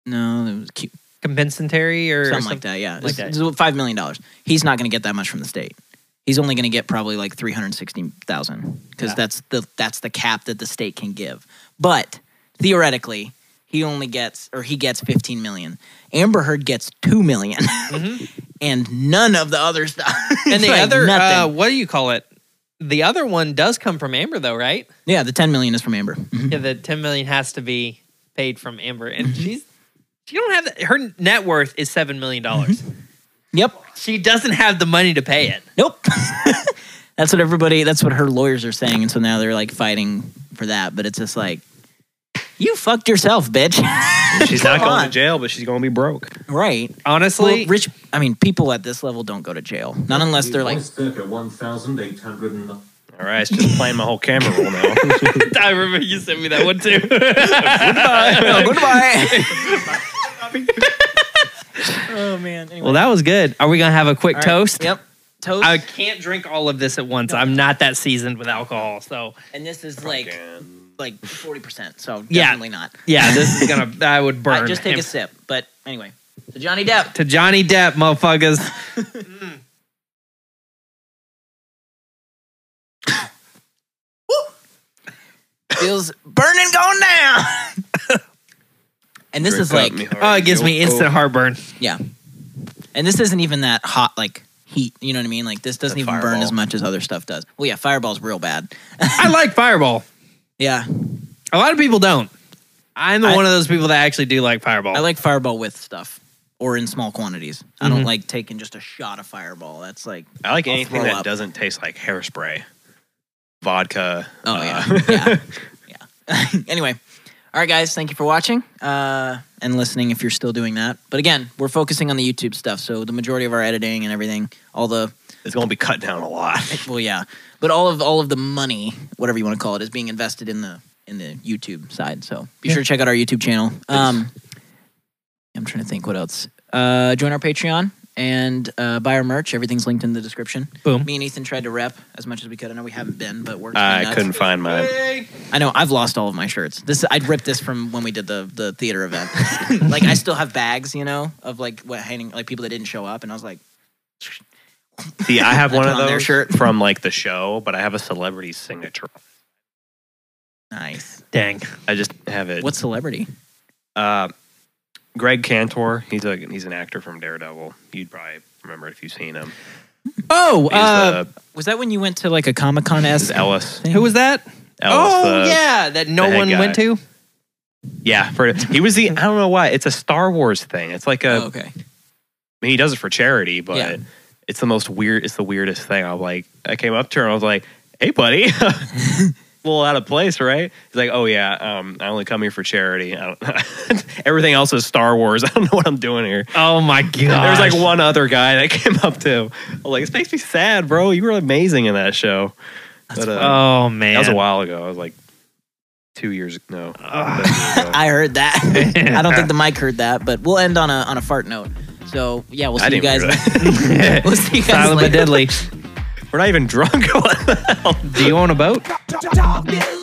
S2: No, it was cu-
S1: Compensatory or
S2: something like that. Yeah,
S1: like
S2: It's-
S1: that.
S2: it's five million dollars. He's not going to get that much from the state. He's only going to get probably like three hundred sixty thousand because
S1: Yeah.
S2: that's the that's the cap that the state can give. But theoretically, he only gets or he gets fifteen million. Amber Heard gets two million, <laughs> and none of the other stuff.
S1: Mm-hmm. <laughs> And
S2: It's
S1: the
S2: like
S1: other,
S2: nothing.
S1: uh, what do you call it? The other one does come from Amber, though, right?
S2: yeah, the ten million is from Amber. Mhm.
S1: Yeah, the ten million has to be paid from Amber, and she's she don't have the, her net worth is seven million dollars.
S2: Yep,
S1: She doesn't have the money to pay it.
S2: nope. <laughs> that's what everybody. That's what her lawyers are saying, and so now they're like fighting for that. But it's just like. You fucked yourself, bitch. <laughs>
S6: She's not
S2: Come
S6: going
S2: on.
S6: to jail, but she's going to be broke.
S2: Right.
S1: Honestly,
S2: Well, rich. I mean, people at this level don't go to jail, not unless they're like.
S11: circa 1,800 and
S6: All right, it's just playing my whole camera
S2: <laughs>
S6: roll now.
S1: I remember you sent me that one too.
S2: <laughs> Goodbye. oh man. Anyway.
S1: <laughs> well, that was good. Are we gonna have a quick
S2: All right.
S1: toast?
S2: Yep. Toast.
S1: I can't drink all of this at once. I'm not that seasoned with alcohol, so
S2: and this is like like forty percent, so
S1: Yeah.
S2: definitely not.
S1: yeah, this is gonna. <laughs> I would burn.
S2: I just take
S1: him.
S2: a sip, but anyway. So Johnny Depp.
S1: to Johnny Depp, motherfuckers.
S2: feels burning going down. <laughs> and this is like,
S1: Oh, it gives me instant heartburn.
S2: yeah. And this isn't even that hot, like heat. You know what I mean? Like this doesn't
S6: The
S2: even burn
S6: fireball.
S2: as much as other stuff does. Well, yeah, Fireball's real bad.
S1: I like Fireball.
S2: Yeah,
S1: A lot of people don't. I'm
S2: I-
S1: one of those people that actually do like Fireball.
S2: I like Fireball with stuff or in small quantities. I don't like taking just a shot of Fireball. That's like
S6: I like
S2: I'll
S6: anything
S2: throw
S6: that
S2: up.
S6: doesn't taste like hairspray, vodka.
S2: Oh
S6: uh,
S2: yeah, yeah, yeah. <laughs> anyway, all right, guys, thank you for watching uh, and listening. If you're still doing that, but again, we're focusing on the YouTube stuff, so the majority of our editing and everything, all the
S6: It's going to be cut down
S2: <laughs>
S6: a lot.
S2: well, yeah, but all of all of the money, whatever you want to call it, is being invested in the in the YouTube side. So be sure to check out our YouTube channel. Um, I'm trying to think what else. Uh, join our Patreon and uh, buy our merch. Everything's linked in the description.
S1: Boom.
S2: Me and Ethan tried to rep as much as we could. I know we haven't been, but we're.
S6: I
S2: nuts.
S6: couldn't find mine.
S2: I know I've lost all of my shirts. This I ripped this from when we did the the theater
S6: <laughs>
S2: event. like I still have bags, you know, of like what hanging like people that didn't show up, and I was like,
S6: See, I have
S2: I
S6: one
S2: put
S6: of
S2: on
S6: those
S2: their shirt.
S6: from like the show, but I have a celebrity signature.
S2: nice.
S1: Dang.
S6: I just have it.
S2: What celebrity?
S6: Uh, Greg Cantor. He's a he's an actor from Daredevil. You'd probably remember if you've seen him.
S1: Oh,
S6: He's Oh,
S1: uh,
S6: the-
S2: Was that when you went to like a Comic Con
S6: he's
S2: esque?
S6: Ellis.
S1: who was that?
S6: Ellis.
S1: oh,
S6: the-
S1: yeah, that no
S6: the head
S1: one
S6: guy.
S1: went to.
S6: yeah. For, he was the. I don't know why. It's a Star Wars thing. It's like a.
S2: Oh, okay.
S6: I mean, he does it for charity, but
S2: Yeah.
S6: it's the most weird. It's the weirdest thing. I'm like, I came up to her and I was like, "Hey, buddy, <laughs> a little out of place, right?" He's like, "Oh yeah, um, I only come here for charity. I don't, <laughs> everything else is Star Wars. <laughs> I don't know what I'm doing here."
S1: Oh my god.
S6: There was like one other guy that <laughs> came up to him. I was like, "This makes me sad, bro. You were amazing in that show." But, uh,
S1: Oh man.
S6: That was a while ago. I was like two years no. I,
S2: I heard that. I don't think the mic heard that, but we'll end on a on a fart note. So yeah, we'll see you
S6: didn't
S2: guys.
S6: hear that.
S2: <laughs> We'll see you guys <laughs>
S1: Silent but
S2: later.
S1: deadly.
S6: We're not even drunk. <laughs> What the hell?
S1: Do you own a boat?
S9: Darkness